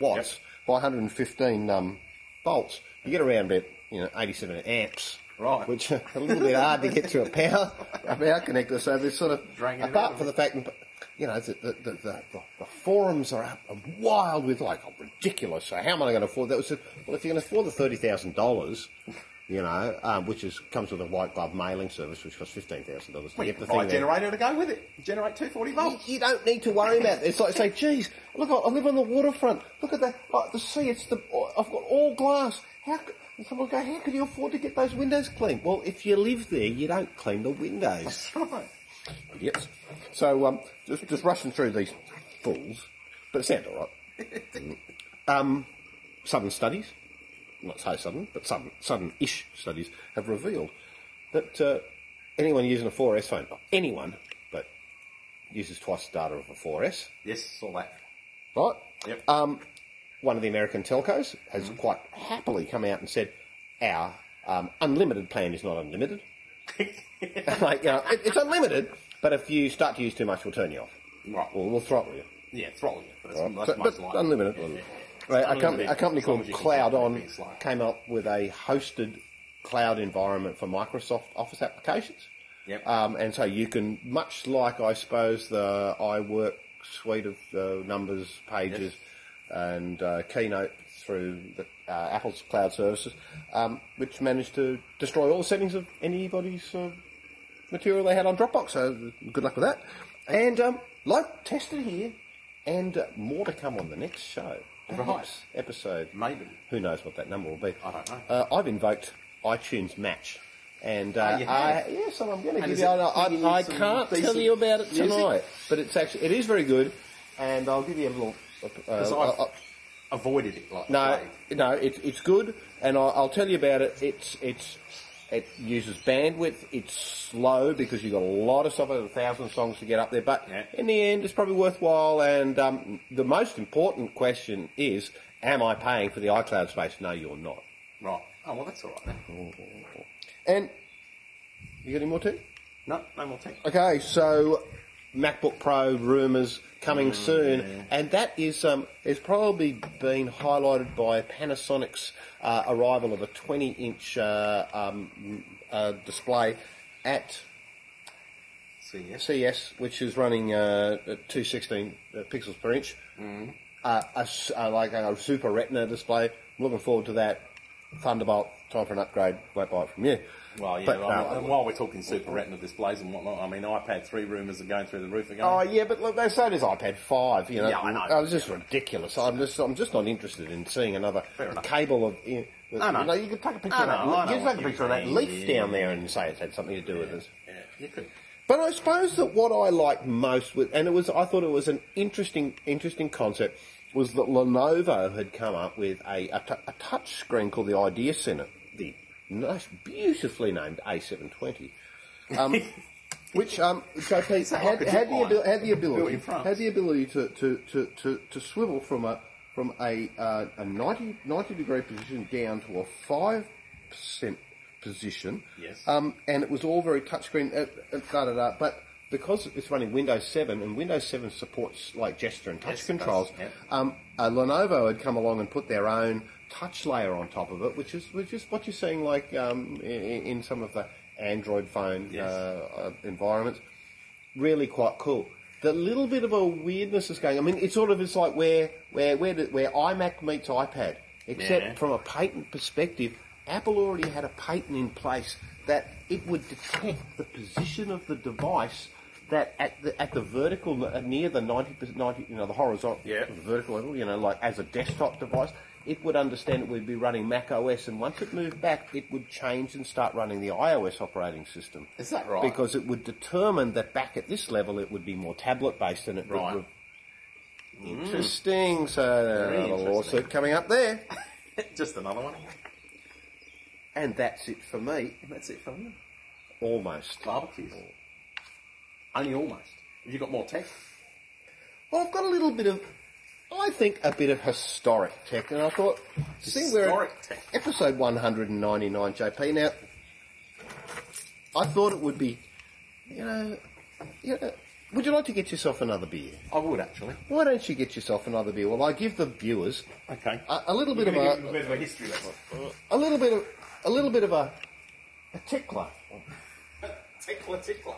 Speaker 4: watts by one hundred and fifteen um, volts, you get around about you know eighty seven amps.
Speaker 6: Right.
Speaker 4: which are a little bit hard to get to a power a power connector. So there's sort of
Speaker 6: Dragging it out
Speaker 4: apart
Speaker 6: a
Speaker 4: from the fact that you know the the, the, the, the, the forums are up and wild with like oh, ridiculous. So how am I going to afford that? Was it- well, if you're going to afford the thirty thousand dollars. You know, um, which is comes with a white glove mailing service, which costs fifteen thousand dollars to
Speaker 6: We
Speaker 4: get the
Speaker 6: can
Speaker 4: thing
Speaker 6: buy a
Speaker 4: there.
Speaker 6: generator to go with it. Generate 240
Speaker 4: You,
Speaker 6: volts.
Speaker 4: you don't need to worry about it. It's like say, geez, look, I, I live on the waterfront. Look at that, like the sea. It's the I've got all glass. How? c- and Someone go, how can you afford to get those windows cleaned? Well, if you live there, you don't clean the windows.
Speaker 6: Right.
Speaker 4: Yep. So um, just just rushing through these fools, but it sounded all right. um, southern studies, not so southern, but southern southern-ish studies have revealed that uh, anyone using a 4S phone, anyone, but uses twice the data of a 4S,
Speaker 6: Yes, saw that.
Speaker 4: right?
Speaker 6: Yep.
Speaker 4: Um, one of the American telcos has quite happily come out and said, our um, unlimited plan is not unlimited. like, you know, it, it's unlimited, but if you start to use too much, we'll turn you off.
Speaker 6: Right.
Speaker 4: We'll, we'll throttle you.
Speaker 6: Yeah, throttle it. That's,
Speaker 4: Right.
Speaker 6: that's
Speaker 4: So-
Speaker 6: most
Speaker 4: but
Speaker 6: likely.
Speaker 4: unlimited.
Speaker 6: Yeah, yeah, yeah.
Speaker 4: Right, a,
Speaker 6: Unlimited,
Speaker 4: com- a company
Speaker 6: as long
Speaker 4: cloud
Speaker 6: as you
Speaker 4: called
Speaker 6: can calculate
Speaker 4: CloudOn
Speaker 6: things like-
Speaker 4: came up with a hosted cloud environment for Microsoft Office applications.
Speaker 6: Yep.
Speaker 4: Um, and so you can, much like I suppose the iWork suite of uh, numbers, pages, and uh, Keynote through the, uh, Apple's cloud services, um, which managed to destroy all the settings of anybody's uh, material they had on Dropbox. So good luck with that. And um, like tested here, and uh, more to come on the next show. Perhaps episode.
Speaker 6: Maybe.
Speaker 4: Who knows what that number will be?
Speaker 6: I don't know.
Speaker 4: Uh, I've invoked iTunes Match, and uh,
Speaker 6: Oh, you
Speaker 4: I,
Speaker 6: have?
Speaker 4: yeah, so I'm going to give
Speaker 6: And is
Speaker 4: you.
Speaker 6: it
Speaker 4: I,
Speaker 6: giving
Speaker 4: I, I
Speaker 6: you some
Speaker 4: can't tell
Speaker 6: decent
Speaker 4: you about it
Speaker 6: music?
Speaker 4: tonight, but it's actually it is very good, and I'll give you a little. Uh,
Speaker 6: Because I've
Speaker 4: uh, uh,
Speaker 6: avoided it like
Speaker 4: no,
Speaker 6: the plague.
Speaker 4: no, it, it's good, and I'll, I'll tell you about it. It's it's it uses bandwidth. It's slow because you've got a lot of stuff, over a thousand songs to get up there. But
Speaker 6: Yeah.
Speaker 4: in the end, it's probably worthwhile. And um, the most important question is, am I paying for the iCloud space? No, you're not.
Speaker 6: Right. Oh, well, that's all right then.
Speaker 4: And you got any more too?
Speaker 6: No, no more tech.
Speaker 4: Okay, so MacBook Pro rumours
Speaker 6: Mm.
Speaker 4: coming soon, and that is um, has probably been highlighted by Panasonic's uh, arrival of a 20-inch uh, um, uh, display at
Speaker 6: See, yes.
Speaker 4: CS, which is running uh, at 216 uh, pixels per inch,
Speaker 6: Mm.
Speaker 4: uh, a s uh, like a Super Retina display. I'm looking forward to that. Thunderbolt, time for an upgrade. Won't buy it from you.
Speaker 6: Well, yeah,
Speaker 4: But, uh,
Speaker 6: I mean,
Speaker 4: no,
Speaker 6: and uh, while we're talking Super Retina displays and whatnot, I mean, iPad 3 rumours are going through the roof again.
Speaker 4: Oh yeah, but look, they so does iPad five. You know,
Speaker 6: Yeah, I know.
Speaker 4: Oh, It's just ridiculous. I'm just, I'm just not interested in seeing another
Speaker 6: Fair enough.
Speaker 4: cable of. You
Speaker 6: I know.
Speaker 4: You, know, you could take a picture
Speaker 6: I
Speaker 4: of that.
Speaker 6: know, I know
Speaker 4: you could take
Speaker 6: what
Speaker 4: a
Speaker 6: you
Speaker 4: picture of that
Speaker 6: mean.
Speaker 4: leaf down there and say it's had something to do with it.
Speaker 6: yeah, you could.
Speaker 4: But I suppose that what I liked most, with, and it was, I thought it was an interesting, interesting concept, was that Lenovo had come up with a, a, t- a touch screen called the Idea Center, the nice, beautifully named A720, um, which um, JP
Speaker 6: that
Speaker 4: had,
Speaker 6: like a
Speaker 4: had, the
Speaker 6: zip line?
Speaker 4: abil- had the
Speaker 6: Built
Speaker 4: ability,
Speaker 6: in France.
Speaker 4: had the ability to, to, to, to, to swivel from a from a, uh, a 90, 90 degree position down to a five percent position.
Speaker 6: Yes.
Speaker 4: Um, and it was all very touchscreen. Uh, uh, da, da, da, but because it's running Windows 7 and Windows 7 supports like gesture and touch
Speaker 6: Yes, it
Speaker 4: controls,
Speaker 6: does, yeah.
Speaker 4: um, uh, Lenovo had come along and put their own touch layer on top of it, which is which is what you're seeing like um, in, in some of the Android phone
Speaker 6: Yes.
Speaker 4: uh, uh, environments. Really quite cool. The little bit of a weirdness is going. I mean, it's sort of it's like where where where the- where iMac meets iPad, except
Speaker 6: Yeah.
Speaker 4: from a patent perspective, Apple already had a patent in place that it would detect the position of the device that at the at the vertical uh, near the 90, 90 you know the horizontal
Speaker 6: Yeah.
Speaker 4: vertical level, you know, like as a desktop device, it would understand it would be running Mac OS, and once it moved back, it would change and start running the iOS operating system.
Speaker 6: Is that right?
Speaker 4: Because it would determine that back at this level, it would be more tablet based, and it
Speaker 6: Right.
Speaker 4: would. re- Interesting. So another
Speaker 6: interesting.
Speaker 4: lawsuit coming up there,
Speaker 6: Just another one.
Speaker 4: and that's it for me.
Speaker 6: And that's it for me.
Speaker 4: Almost.
Speaker 6: Barbecues. Only almost. Have you got more tech?
Speaker 4: Well, I've got a little bit of, I think, a bit of historic tech, and I thought, seeing we're
Speaker 6: Historic
Speaker 4: at
Speaker 6: tech.
Speaker 4: episode 199, JP. Now, I thought it would be, you know, you know, would you like to get yourself another beer?
Speaker 6: I would actually.
Speaker 4: Why don't you get yourself another beer? Well, I give the viewers
Speaker 6: Okay.
Speaker 4: a, a little bit of
Speaker 6: Give them
Speaker 4: a,
Speaker 6: a bit of a history lesson.
Speaker 4: a little bit of, a little bit of a, a tickler.
Speaker 6: Tickler, tickler.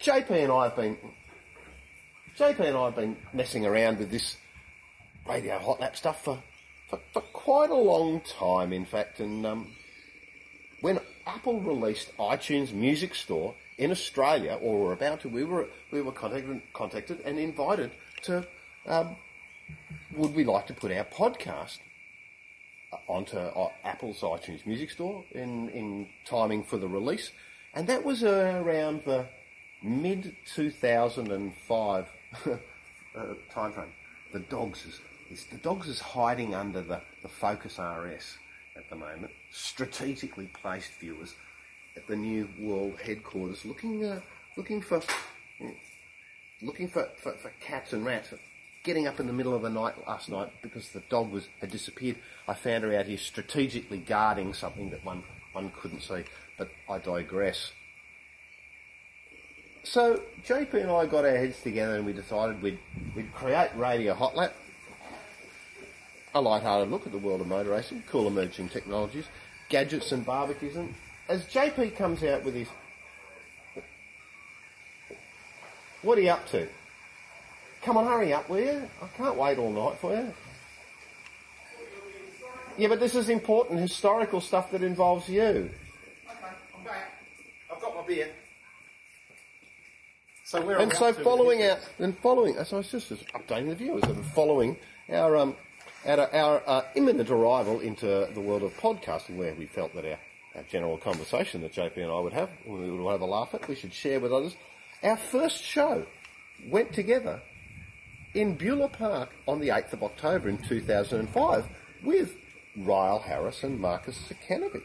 Speaker 4: JP and I have been JP and I have been messing around with this radio hot lap stuff for, for, for quite a long time, in fact. And um, when Apple released iTunes Music Store in Australia, or were about to, we were we were contacted, contacted and invited to. Um, would we like to put our podcast onto uh, Apple's iTunes Music Store in, in timing for the release, and that was uh, around the mid 2005 uh, time frame. The dogs is it's, the dogs is hiding under the, the Focus RS at the moment, strategically placed viewers at the new world headquarters, looking uh, looking for looking for, for, for cats and rats. Getting up in the middle of the night last night because the dog was had disappeared. I found her out here strategically guarding something that one one couldn't see. But I digress. So JP and I got our heads together and we decided we'd we'd create Radio Hot Lap, a light-hearted look at the world of motor racing, cool emerging technologies, gadgets and barbecues. And as JP comes out with his, what are you up to? Come on, hurry up, will you? I can't wait all night for you. Yeah, but this is important historical stuff that involves you.
Speaker 6: I'm back. I've got my beer. So we're
Speaker 4: And so following our, and following, as I was just updating the viewers, and following our um, our, our uh, imminent arrival into the world of podcasting, where we felt that our, our general conversation that JP and I would have, we would have a laugh at, we should share with others. Our first show went together in Beulah Park on the 8th of October in 2005 with Ryle Harris and Marcus Sakanovic.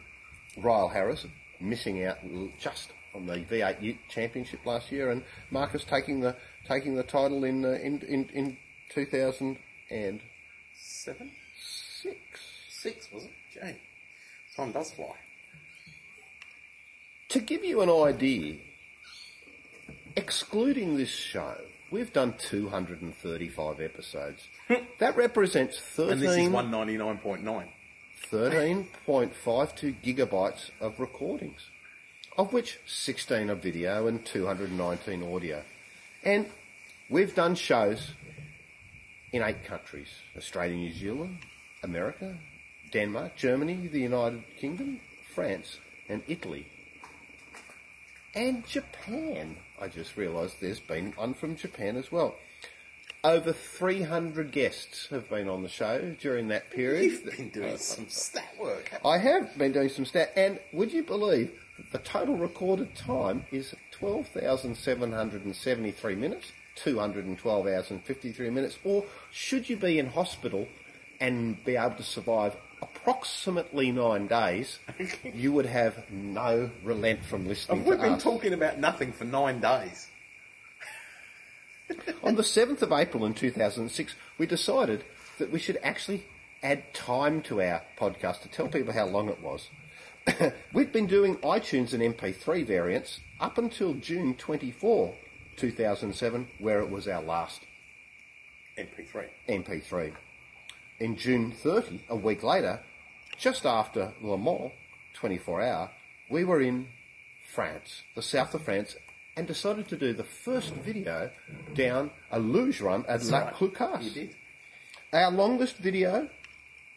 Speaker 4: Ryle Harris missing out l- just on the V8 Ute Championship last year, and Marcus taking the taking the title in uh, in, in in 2006.
Speaker 6: Seven? Six, was it? Jay. Time does fly.
Speaker 4: To give you an idea, excluding this show, we've done 235 episodes. that represents 13.
Speaker 6: Hmm. And this is 199.9.
Speaker 4: 13.52 gigabytes of recordings, of which 16 are video and 219 audio. And we've done shows in eight countries Australia, New Zealand, America, Denmark, Germany, the United Kingdom, France, and Italy. And Japan. I just realised there's been one from Japan as well. Over 300 guests have been on the show during that period.
Speaker 6: You've been doing some stat work.
Speaker 4: I have been doing some stat, and would you believe that the total recorded time is 12,773 minutes, 212 hours and 53 minutes, or should you be in hospital and be able to survive approximately nine days, you would have no relent from listening
Speaker 6: And we've
Speaker 4: to
Speaker 6: been
Speaker 4: us.
Speaker 6: talking about nothing for nine days.
Speaker 4: On the 7th of April in 2006, we decided that we should actually add time to our podcast to tell people how long it was. We'd been doing iTunes and MP3 variants up until June 24, 2007, where it was our last
Speaker 6: MP3.
Speaker 4: MP3. In June 30, a week later, just after Le Mans, 24 hour, we were in France, the south of France, and decided to do the first video down a luge run at
Speaker 6: That's
Speaker 4: La
Speaker 6: right.
Speaker 4: Clucasse.
Speaker 6: You did.
Speaker 4: Our longest video,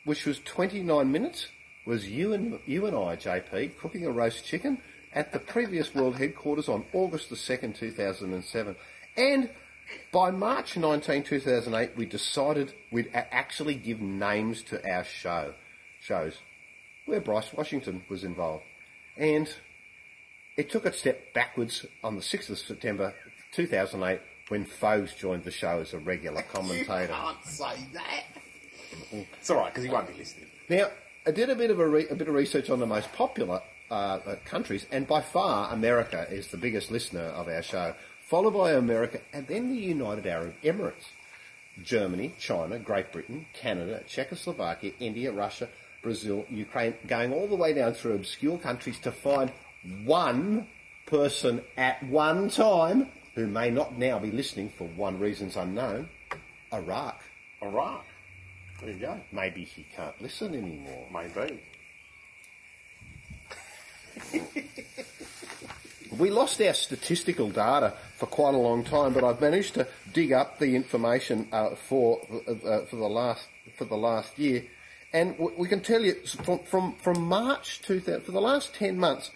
Speaker 4: which was 29 minutes, was you and you and I, JP, cooking a roast chicken at the previous world headquarters on August the 2nd, 2007. And by March 19, 2008, we decided we'd a- actually give names to our show shows where Bryce Washington was involved. And it took a step backwards on the 6th of September 2008 when Fogues joined the show as a regular commentator.
Speaker 6: It's all right because he won't be listening.
Speaker 4: Now, I did a bit of a, re- a bit of research on the most popular uh, uh, countries, and by far, America is the biggest listener of our show, followed by America, and then the United Arab Emirates, Germany, China, Great Britain, Canada, Czechoslovakia, India, Russia, Brazil, Ukraine, going all the way down through obscure countries to find one person at one time who may not now be listening for one reasons unknown, Iraq.
Speaker 6: All right. There you go.
Speaker 4: Maybe he can't listen anymore.
Speaker 6: Maybe.
Speaker 4: We lost our statistical data for quite a long time, but I've managed to dig up the information uh, for uh, for the last for the last year, and w- we can tell you from from, from March 2000 for the last ten months,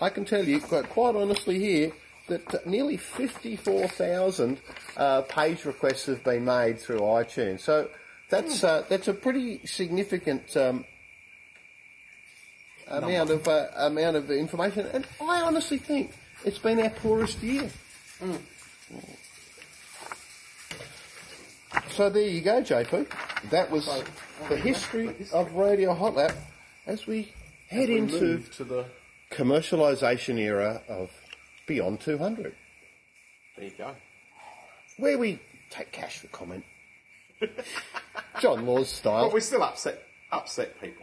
Speaker 4: I can tell you quite, quite honestly here that uh, nearly fifty four thousand uh, page requests have been made through iTunes. So that's uh, that's a pretty significant. Um, amount of uh, amount of information, and I honestly think it's been our poorest year.
Speaker 6: Mm.
Speaker 4: So there you go, JP. That was the history of Radio Hot Lap as we head
Speaker 6: We
Speaker 4: into
Speaker 6: move to the.
Speaker 4: commercialisation era of Beyond 200,
Speaker 6: There you go.
Speaker 4: where we take cash for comment. John Laws style.
Speaker 6: But we still upset upset people.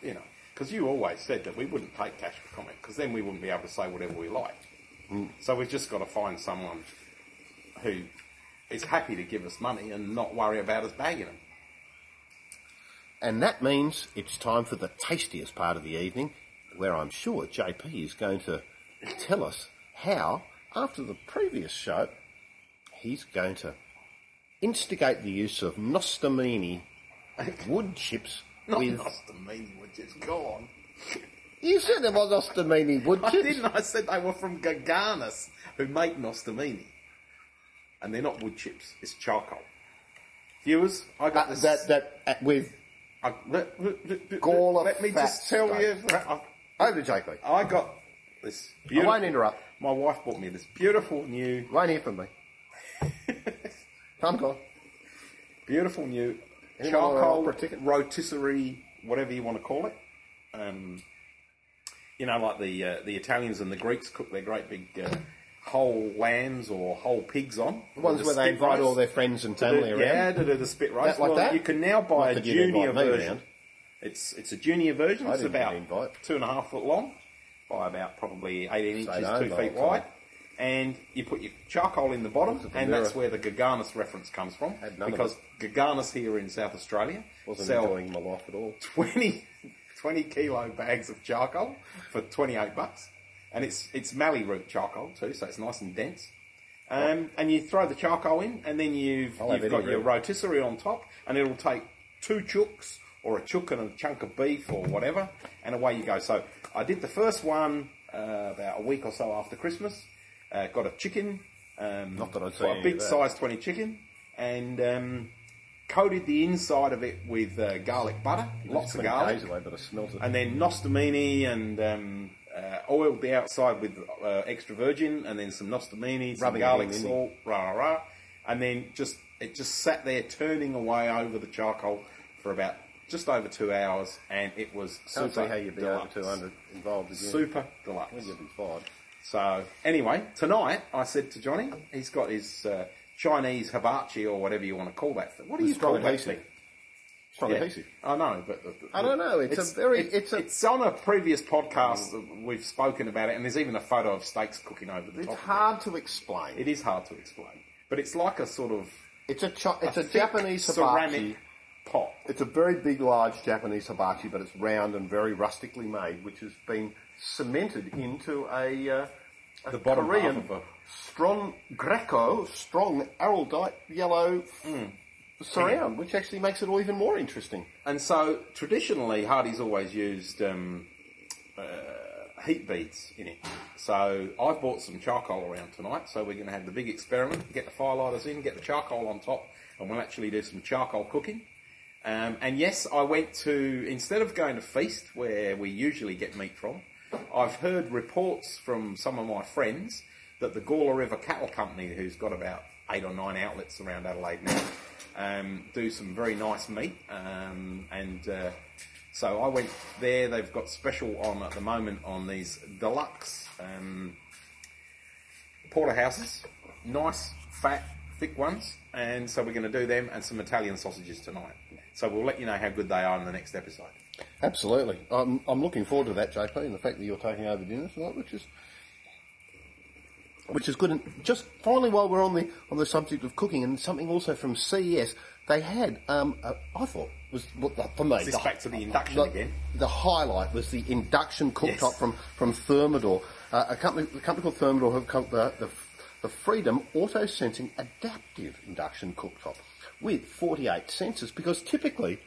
Speaker 6: You know, because you always said that we wouldn't take cash for comment, because then we wouldn't be able to say whatever we like.
Speaker 4: Hmm.
Speaker 6: So we've just got to find someone who is happy to give us money and not worry about us bagging them.
Speaker 4: And that means it's time for the tastiest part of the evening, where I'm sure JP is going to tell us how, after the previous show, he's going to instigate the use of nostamini wood chips
Speaker 6: Not
Speaker 4: with.
Speaker 6: us, the mean were just gone.
Speaker 4: You said there was nostamini wood
Speaker 6: I
Speaker 4: chips.
Speaker 6: didn't. I said they were from Garganus, who make Nostamini, and they're not wood chips. It's charcoal. Viewers, I got
Speaker 4: Uh,
Speaker 6: this.
Speaker 4: that that uh, with
Speaker 6: I, let, let- let-
Speaker 4: Gall of
Speaker 6: let me
Speaker 4: fat
Speaker 6: just tell you,
Speaker 4: stuff.
Speaker 6: I,
Speaker 4: over to JP.
Speaker 6: I got this.
Speaker 4: I
Speaker 6: Beautiful,
Speaker 4: won't interrupt.
Speaker 6: My wife bought me this beautiful new,
Speaker 4: Won't hear from me. I'm gone.
Speaker 6: beautiful new
Speaker 4: Anyone want an
Speaker 6: charcoal
Speaker 4: opera ticket?
Speaker 6: rotisserie, whatever you want to call it. Um, you know, like the uh, the Italians and the Greeks cook their great big uh, whole lambs or whole pigs on.
Speaker 4: The ones where they invite all their friends and
Speaker 6: to do-
Speaker 4: family around.
Speaker 6: Yeah, to do the spit roast.
Speaker 4: That like
Speaker 6: well,
Speaker 4: that?
Speaker 6: You can now buy
Speaker 4: Not
Speaker 6: a
Speaker 4: that you'd invite
Speaker 6: junior
Speaker 4: me
Speaker 6: version.
Speaker 4: round.
Speaker 6: It's it's a junior version.
Speaker 4: I
Speaker 6: It's
Speaker 4: didn't
Speaker 6: about
Speaker 4: get an invite.
Speaker 6: two and a half foot long, by about probably eighteen
Speaker 4: Say
Speaker 6: inches,
Speaker 4: no,
Speaker 6: two
Speaker 4: by
Speaker 6: feet
Speaker 4: the time.
Speaker 6: wide. And you put your charcoal in the bottom,
Speaker 4: at the
Speaker 6: and
Speaker 4: mirror.
Speaker 6: that's where the Garganus reference comes from,
Speaker 4: Had none of
Speaker 6: because Garganus here in South Australia
Speaker 4: Wasn't
Speaker 6: sell
Speaker 4: enjoying my life at all.
Speaker 6: 20, 20 kilo bags of charcoal for twenty eight bucks, and it's it's mallee root charcoal too, so it's nice and dense. Um, and you throw the charcoal in, and then you've,
Speaker 4: I'll have
Speaker 6: you've got
Speaker 4: any
Speaker 6: your
Speaker 4: root.
Speaker 6: rotisserie on top, and it'll take two chooks or a chook and a chunk of beef or whatever, and away you go. So I did the first one uh, about a week or so after Christmas. Uh, got a chicken, um,
Speaker 4: Not that I'd
Speaker 6: quite
Speaker 4: seen
Speaker 6: a
Speaker 4: any
Speaker 6: big
Speaker 4: of that.
Speaker 6: size twenty chicken, and um, coated the inside of it with uh, garlic butter, lots of
Speaker 4: 20
Speaker 6: garlic
Speaker 4: days away, but I smelt it.
Speaker 6: and then nostamini and um, uh, oiled the outside with uh, extra virgin, and then some nostamini, some
Speaker 4: Rubbing
Speaker 6: garlic
Speaker 4: it in,
Speaker 6: salt, rah rah rah, and then just it just sat there turning away over the charcoal for about just over two hours, and it was
Speaker 4: Can't
Speaker 6: super
Speaker 4: see how you'd be
Speaker 6: deluxe.
Speaker 4: over 200 involved again.
Speaker 6: Super deluxe.
Speaker 4: Well, you'd be fine.
Speaker 6: So anyway, tonight I said to Johnny, he's got his uh, Chinese hibachi or whatever you want to call that. thing. What do you
Speaker 4: It's
Speaker 6: call
Speaker 4: strong
Speaker 6: that
Speaker 4: adhesive.
Speaker 6: thing?
Speaker 4: Strong
Speaker 6: Yeah.
Speaker 4: adhesive.
Speaker 6: I know, but the, the-
Speaker 4: I don't know, it's a very-
Speaker 6: it-
Speaker 4: it's a-
Speaker 6: it's on a previous podcast that we've spoken about it, and there's even a photo of steaks cooking over the
Speaker 4: It's
Speaker 6: top. of
Speaker 4: hard to explain.
Speaker 6: It. it is hard to explain, but it's like a sort of
Speaker 4: it's a cho- it's a,
Speaker 6: thick
Speaker 4: Japanese
Speaker 6: ceramic
Speaker 4: hibachi
Speaker 6: pot.
Speaker 4: It's a very big, large Japanese hibachi, but it's round and very rustically made, which has been cemented into a, uh, a
Speaker 6: The bottom half
Speaker 4: Korean
Speaker 6: of a-
Speaker 4: strong Greco, strong araldite yellow surround, which actually makes it all even more interesting.
Speaker 6: And so traditionally, Hardy's always used um, uh, heat beads in it. So I bought some charcoal around tonight. So we're going to have the big experiment. Get the firelighters in, get the charcoal on top, and we'll actually do some charcoal cooking. Um, and yes, I went to instead of going to Feast, where we usually get meat from. I've heard reports from some of my friends that the Gawler River Cattle Company, who's got about eight or nine outlets around Adelaide now, um, do some very nice meat. Um, and uh, so I went there. They've got special on at the moment on these deluxe um, porterhouses, nice, fat, thick ones, and so we're going to do them and some Italian sausages tonight. So we'll let you know how good they are in the next episode.
Speaker 4: Absolutely. I'm, I'm looking forward to that, JP, and the fact that you're taking over dinner tonight, which is which is good. And just finally, while we're on the on the subject of cooking, and something also from CES, they had um, a, I thought was what the, for me
Speaker 6: Is this
Speaker 4: the-
Speaker 6: back to the induction
Speaker 4: the,
Speaker 6: again?
Speaker 4: The highlight was the induction cooktop
Speaker 6: Yes.
Speaker 4: from from Thermador. Uh, a company, a company called Thermador have come the, the the Freedom Auto Sensing Adaptive Induction Cooktop with 48 sensors because typically,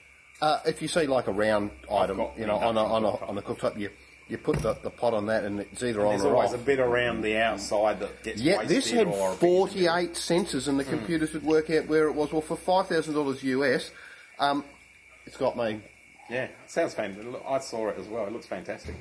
Speaker 4: uh, if you see like a round item,
Speaker 6: got
Speaker 4: you
Speaker 6: the
Speaker 4: know, on a
Speaker 6: induction
Speaker 4: on a,
Speaker 6: cooktop.
Speaker 4: on a cooktop, you you put the, the pot on that and it's either on
Speaker 6: There's
Speaker 4: or
Speaker 6: always
Speaker 4: off.
Speaker 6: a bit around the outside that gets
Speaker 4: Yeah,
Speaker 6: wasted
Speaker 4: this had
Speaker 6: or a bit-
Speaker 4: 48 sensors, and the
Speaker 6: Hmm.
Speaker 4: computers would work out where it was. Well, for $5,000 US, um, it's got me.
Speaker 6: Yeah, sounds fantastic. I saw it as well. It looks fantastic.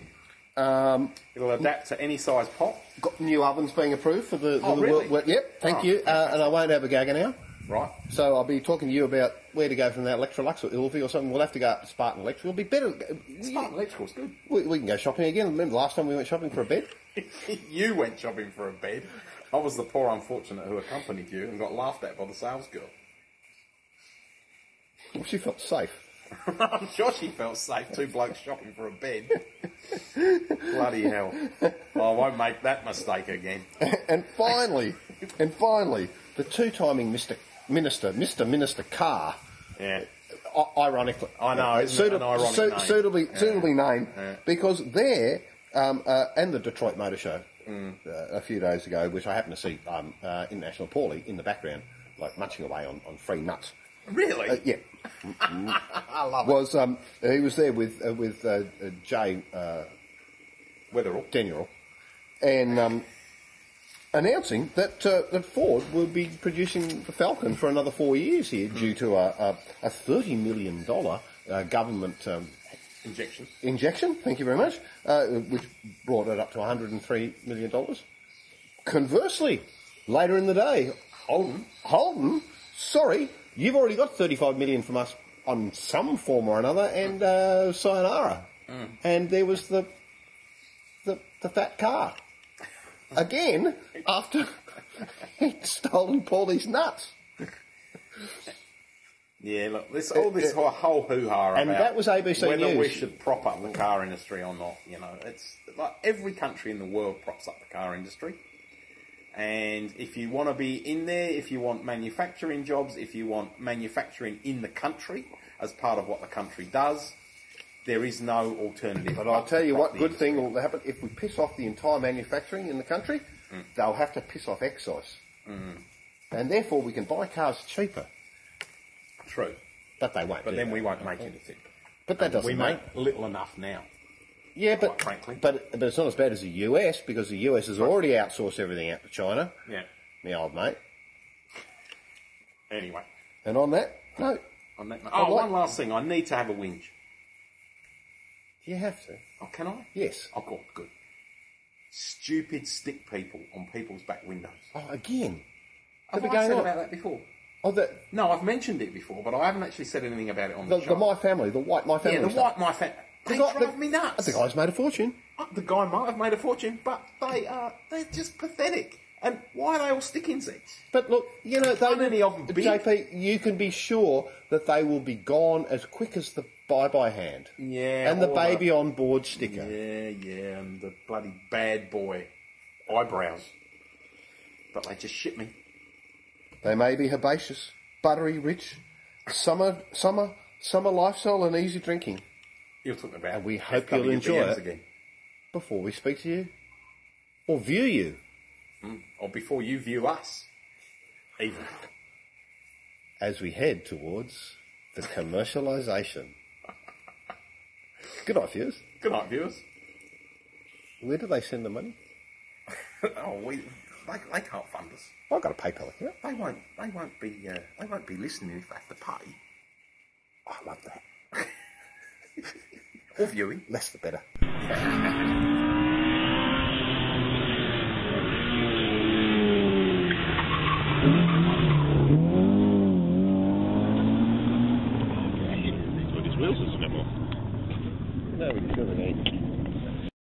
Speaker 4: Um,
Speaker 6: It'll adapt to any size pot.
Speaker 4: got new ovens being approved for the,
Speaker 6: Oh,
Speaker 4: the
Speaker 6: really?
Speaker 4: world. Yep, thank
Speaker 6: Oh,
Speaker 4: you. Uh, and I won't have a gag now.
Speaker 6: Right.
Speaker 4: So I'll be talking to you about where to go from that Electrolux or Ilvi or something. We'll have to go up to Spartan Electric. It'll be better.
Speaker 6: Spartan Electrical's good.
Speaker 4: We, we can go shopping again. Remember last time we went shopping for a bed?
Speaker 6: you went shopping for a bed. I was the poor unfortunate who accompanied you and got laughed at by the sales girl.
Speaker 4: Well, she felt safe.
Speaker 6: I'm sure she felt safe. Two blokes shopping for a bed. Bloody hell. I won't make that mistake again.
Speaker 4: and finally, and finally, the two-timing Mr. Minister, Mr. Minister Carr,
Speaker 6: Yeah.
Speaker 4: I- ironically,
Speaker 6: I know, isn't it an ironic name?
Speaker 4: suitably
Speaker 6: Yeah.
Speaker 4: suitably named,
Speaker 6: Yeah.
Speaker 4: because there um, uh, and the Detroit Motor Show
Speaker 6: Mm.
Speaker 4: uh, a few days ago, which I happened to see um, uh, International Paulie in the background, like munching away on, on free nuts.
Speaker 6: Really?
Speaker 4: Uh, yeah,
Speaker 6: I love it.
Speaker 4: was um, he was there with uh, with uh, uh, Jay uh,
Speaker 6: Wetherall.
Speaker 4: Daniel, and um, announcing that uh, that Ford will be producing the Falcon for another four years here, due to a, a, a thirty million dollar uh, government um,
Speaker 6: Injection.
Speaker 4: injection. Thank you very much, uh, which brought it up to one hundred and three million dollars. Conversely, later in the day, Holden, Holden, sorry, you've already got thirty-five million from us on some form or another, and uh, sayonara. And there was the the, the fat car again after he'd stolen Paulie's nuts.
Speaker 6: Yeah, look, this all this whole, whole hoo-ha
Speaker 4: And
Speaker 6: about
Speaker 4: that was ABC
Speaker 6: whether we
Speaker 4: News.
Speaker 6: should prop up the car industry or not. You know, it's like every country in the world props up the car industry. And if you want to be in there, if you want manufacturing jobs, if you want manufacturing in the country as part of what the country does, there is no alternative.
Speaker 4: But I'll
Speaker 6: to
Speaker 4: tell you
Speaker 6: prop
Speaker 4: what,
Speaker 6: the
Speaker 4: good
Speaker 6: industry.
Speaker 4: thing will happen if we piss off the entire manufacturing in the country.
Speaker 6: Mm.
Speaker 4: They'll have to piss off excise, and therefore we can buy cars cheaper.
Speaker 6: True,
Speaker 4: But they won't.
Speaker 6: but
Speaker 4: do
Speaker 6: then
Speaker 4: that.
Speaker 6: we won't make anything.
Speaker 4: But that doesn't
Speaker 6: We
Speaker 4: make.
Speaker 6: make little enough now.
Speaker 4: Yeah, but
Speaker 6: quite frankly.
Speaker 4: but but it's not as bad as the US because the US has already outsourced everything out to China.
Speaker 6: Yeah.
Speaker 4: Me old mate.
Speaker 6: Anyway,
Speaker 4: And on that note,
Speaker 6: on that. note-
Speaker 4: I'd
Speaker 6: Oh,
Speaker 4: like-
Speaker 6: one last thing. I need to have a whinge.
Speaker 4: you have to.
Speaker 6: Oh, can I?
Speaker 4: Yes.
Speaker 6: Oh, God, good. Stupid stick people on people's back windows.
Speaker 4: Oh, again.
Speaker 6: Have
Speaker 4: we
Speaker 6: Oh, I
Speaker 4: going
Speaker 6: said
Speaker 4: on?
Speaker 6: about that before?
Speaker 4: Oh, the
Speaker 6: No, I've mentioned it before, but I haven't actually said anything about it on the,
Speaker 4: the, the
Speaker 6: show.
Speaker 4: my family, the white my family.
Speaker 6: yeah, the
Speaker 4: stuff.
Speaker 6: white my fan. They
Speaker 4: guy-
Speaker 6: drive me nuts.
Speaker 4: The guy's made a fortune.
Speaker 6: Uh, the guy might have made a fortune, but they are they're just pathetic. And why are they all stick insects?
Speaker 4: But look, you know, they,
Speaker 6: Aren't any of 'em big?
Speaker 4: JP, you can be sure that they will be gone as quick as the bye bye hand.
Speaker 6: Yeah,
Speaker 4: And the
Speaker 6: or
Speaker 4: baby
Speaker 6: the-
Speaker 4: on board sticker.
Speaker 6: Yeah, yeah, and the bloody bad boy eyebrows. But they just shit me.
Speaker 4: They may be herbaceous, buttery rich, summer summer Summer lifestyle and easy drinking.
Speaker 6: You're talking about.
Speaker 4: And we hope
Speaker 6: FW
Speaker 4: you'll enjoy
Speaker 6: BMs
Speaker 4: it.
Speaker 6: again.
Speaker 4: Before we speak to you or view you,
Speaker 6: Or before you view us. Even.
Speaker 4: as we head towards the commercialisation. Good night, viewers.
Speaker 6: Good night, viewers.
Speaker 4: Where do they send the money?
Speaker 6: oh, we. They, they can't fund us.
Speaker 4: I've got a PayPal account.
Speaker 6: They won't. They won't be. Uh, they won't be listening if they have to pay
Speaker 4: I love that.
Speaker 6: or viewing.
Speaker 4: Less the better.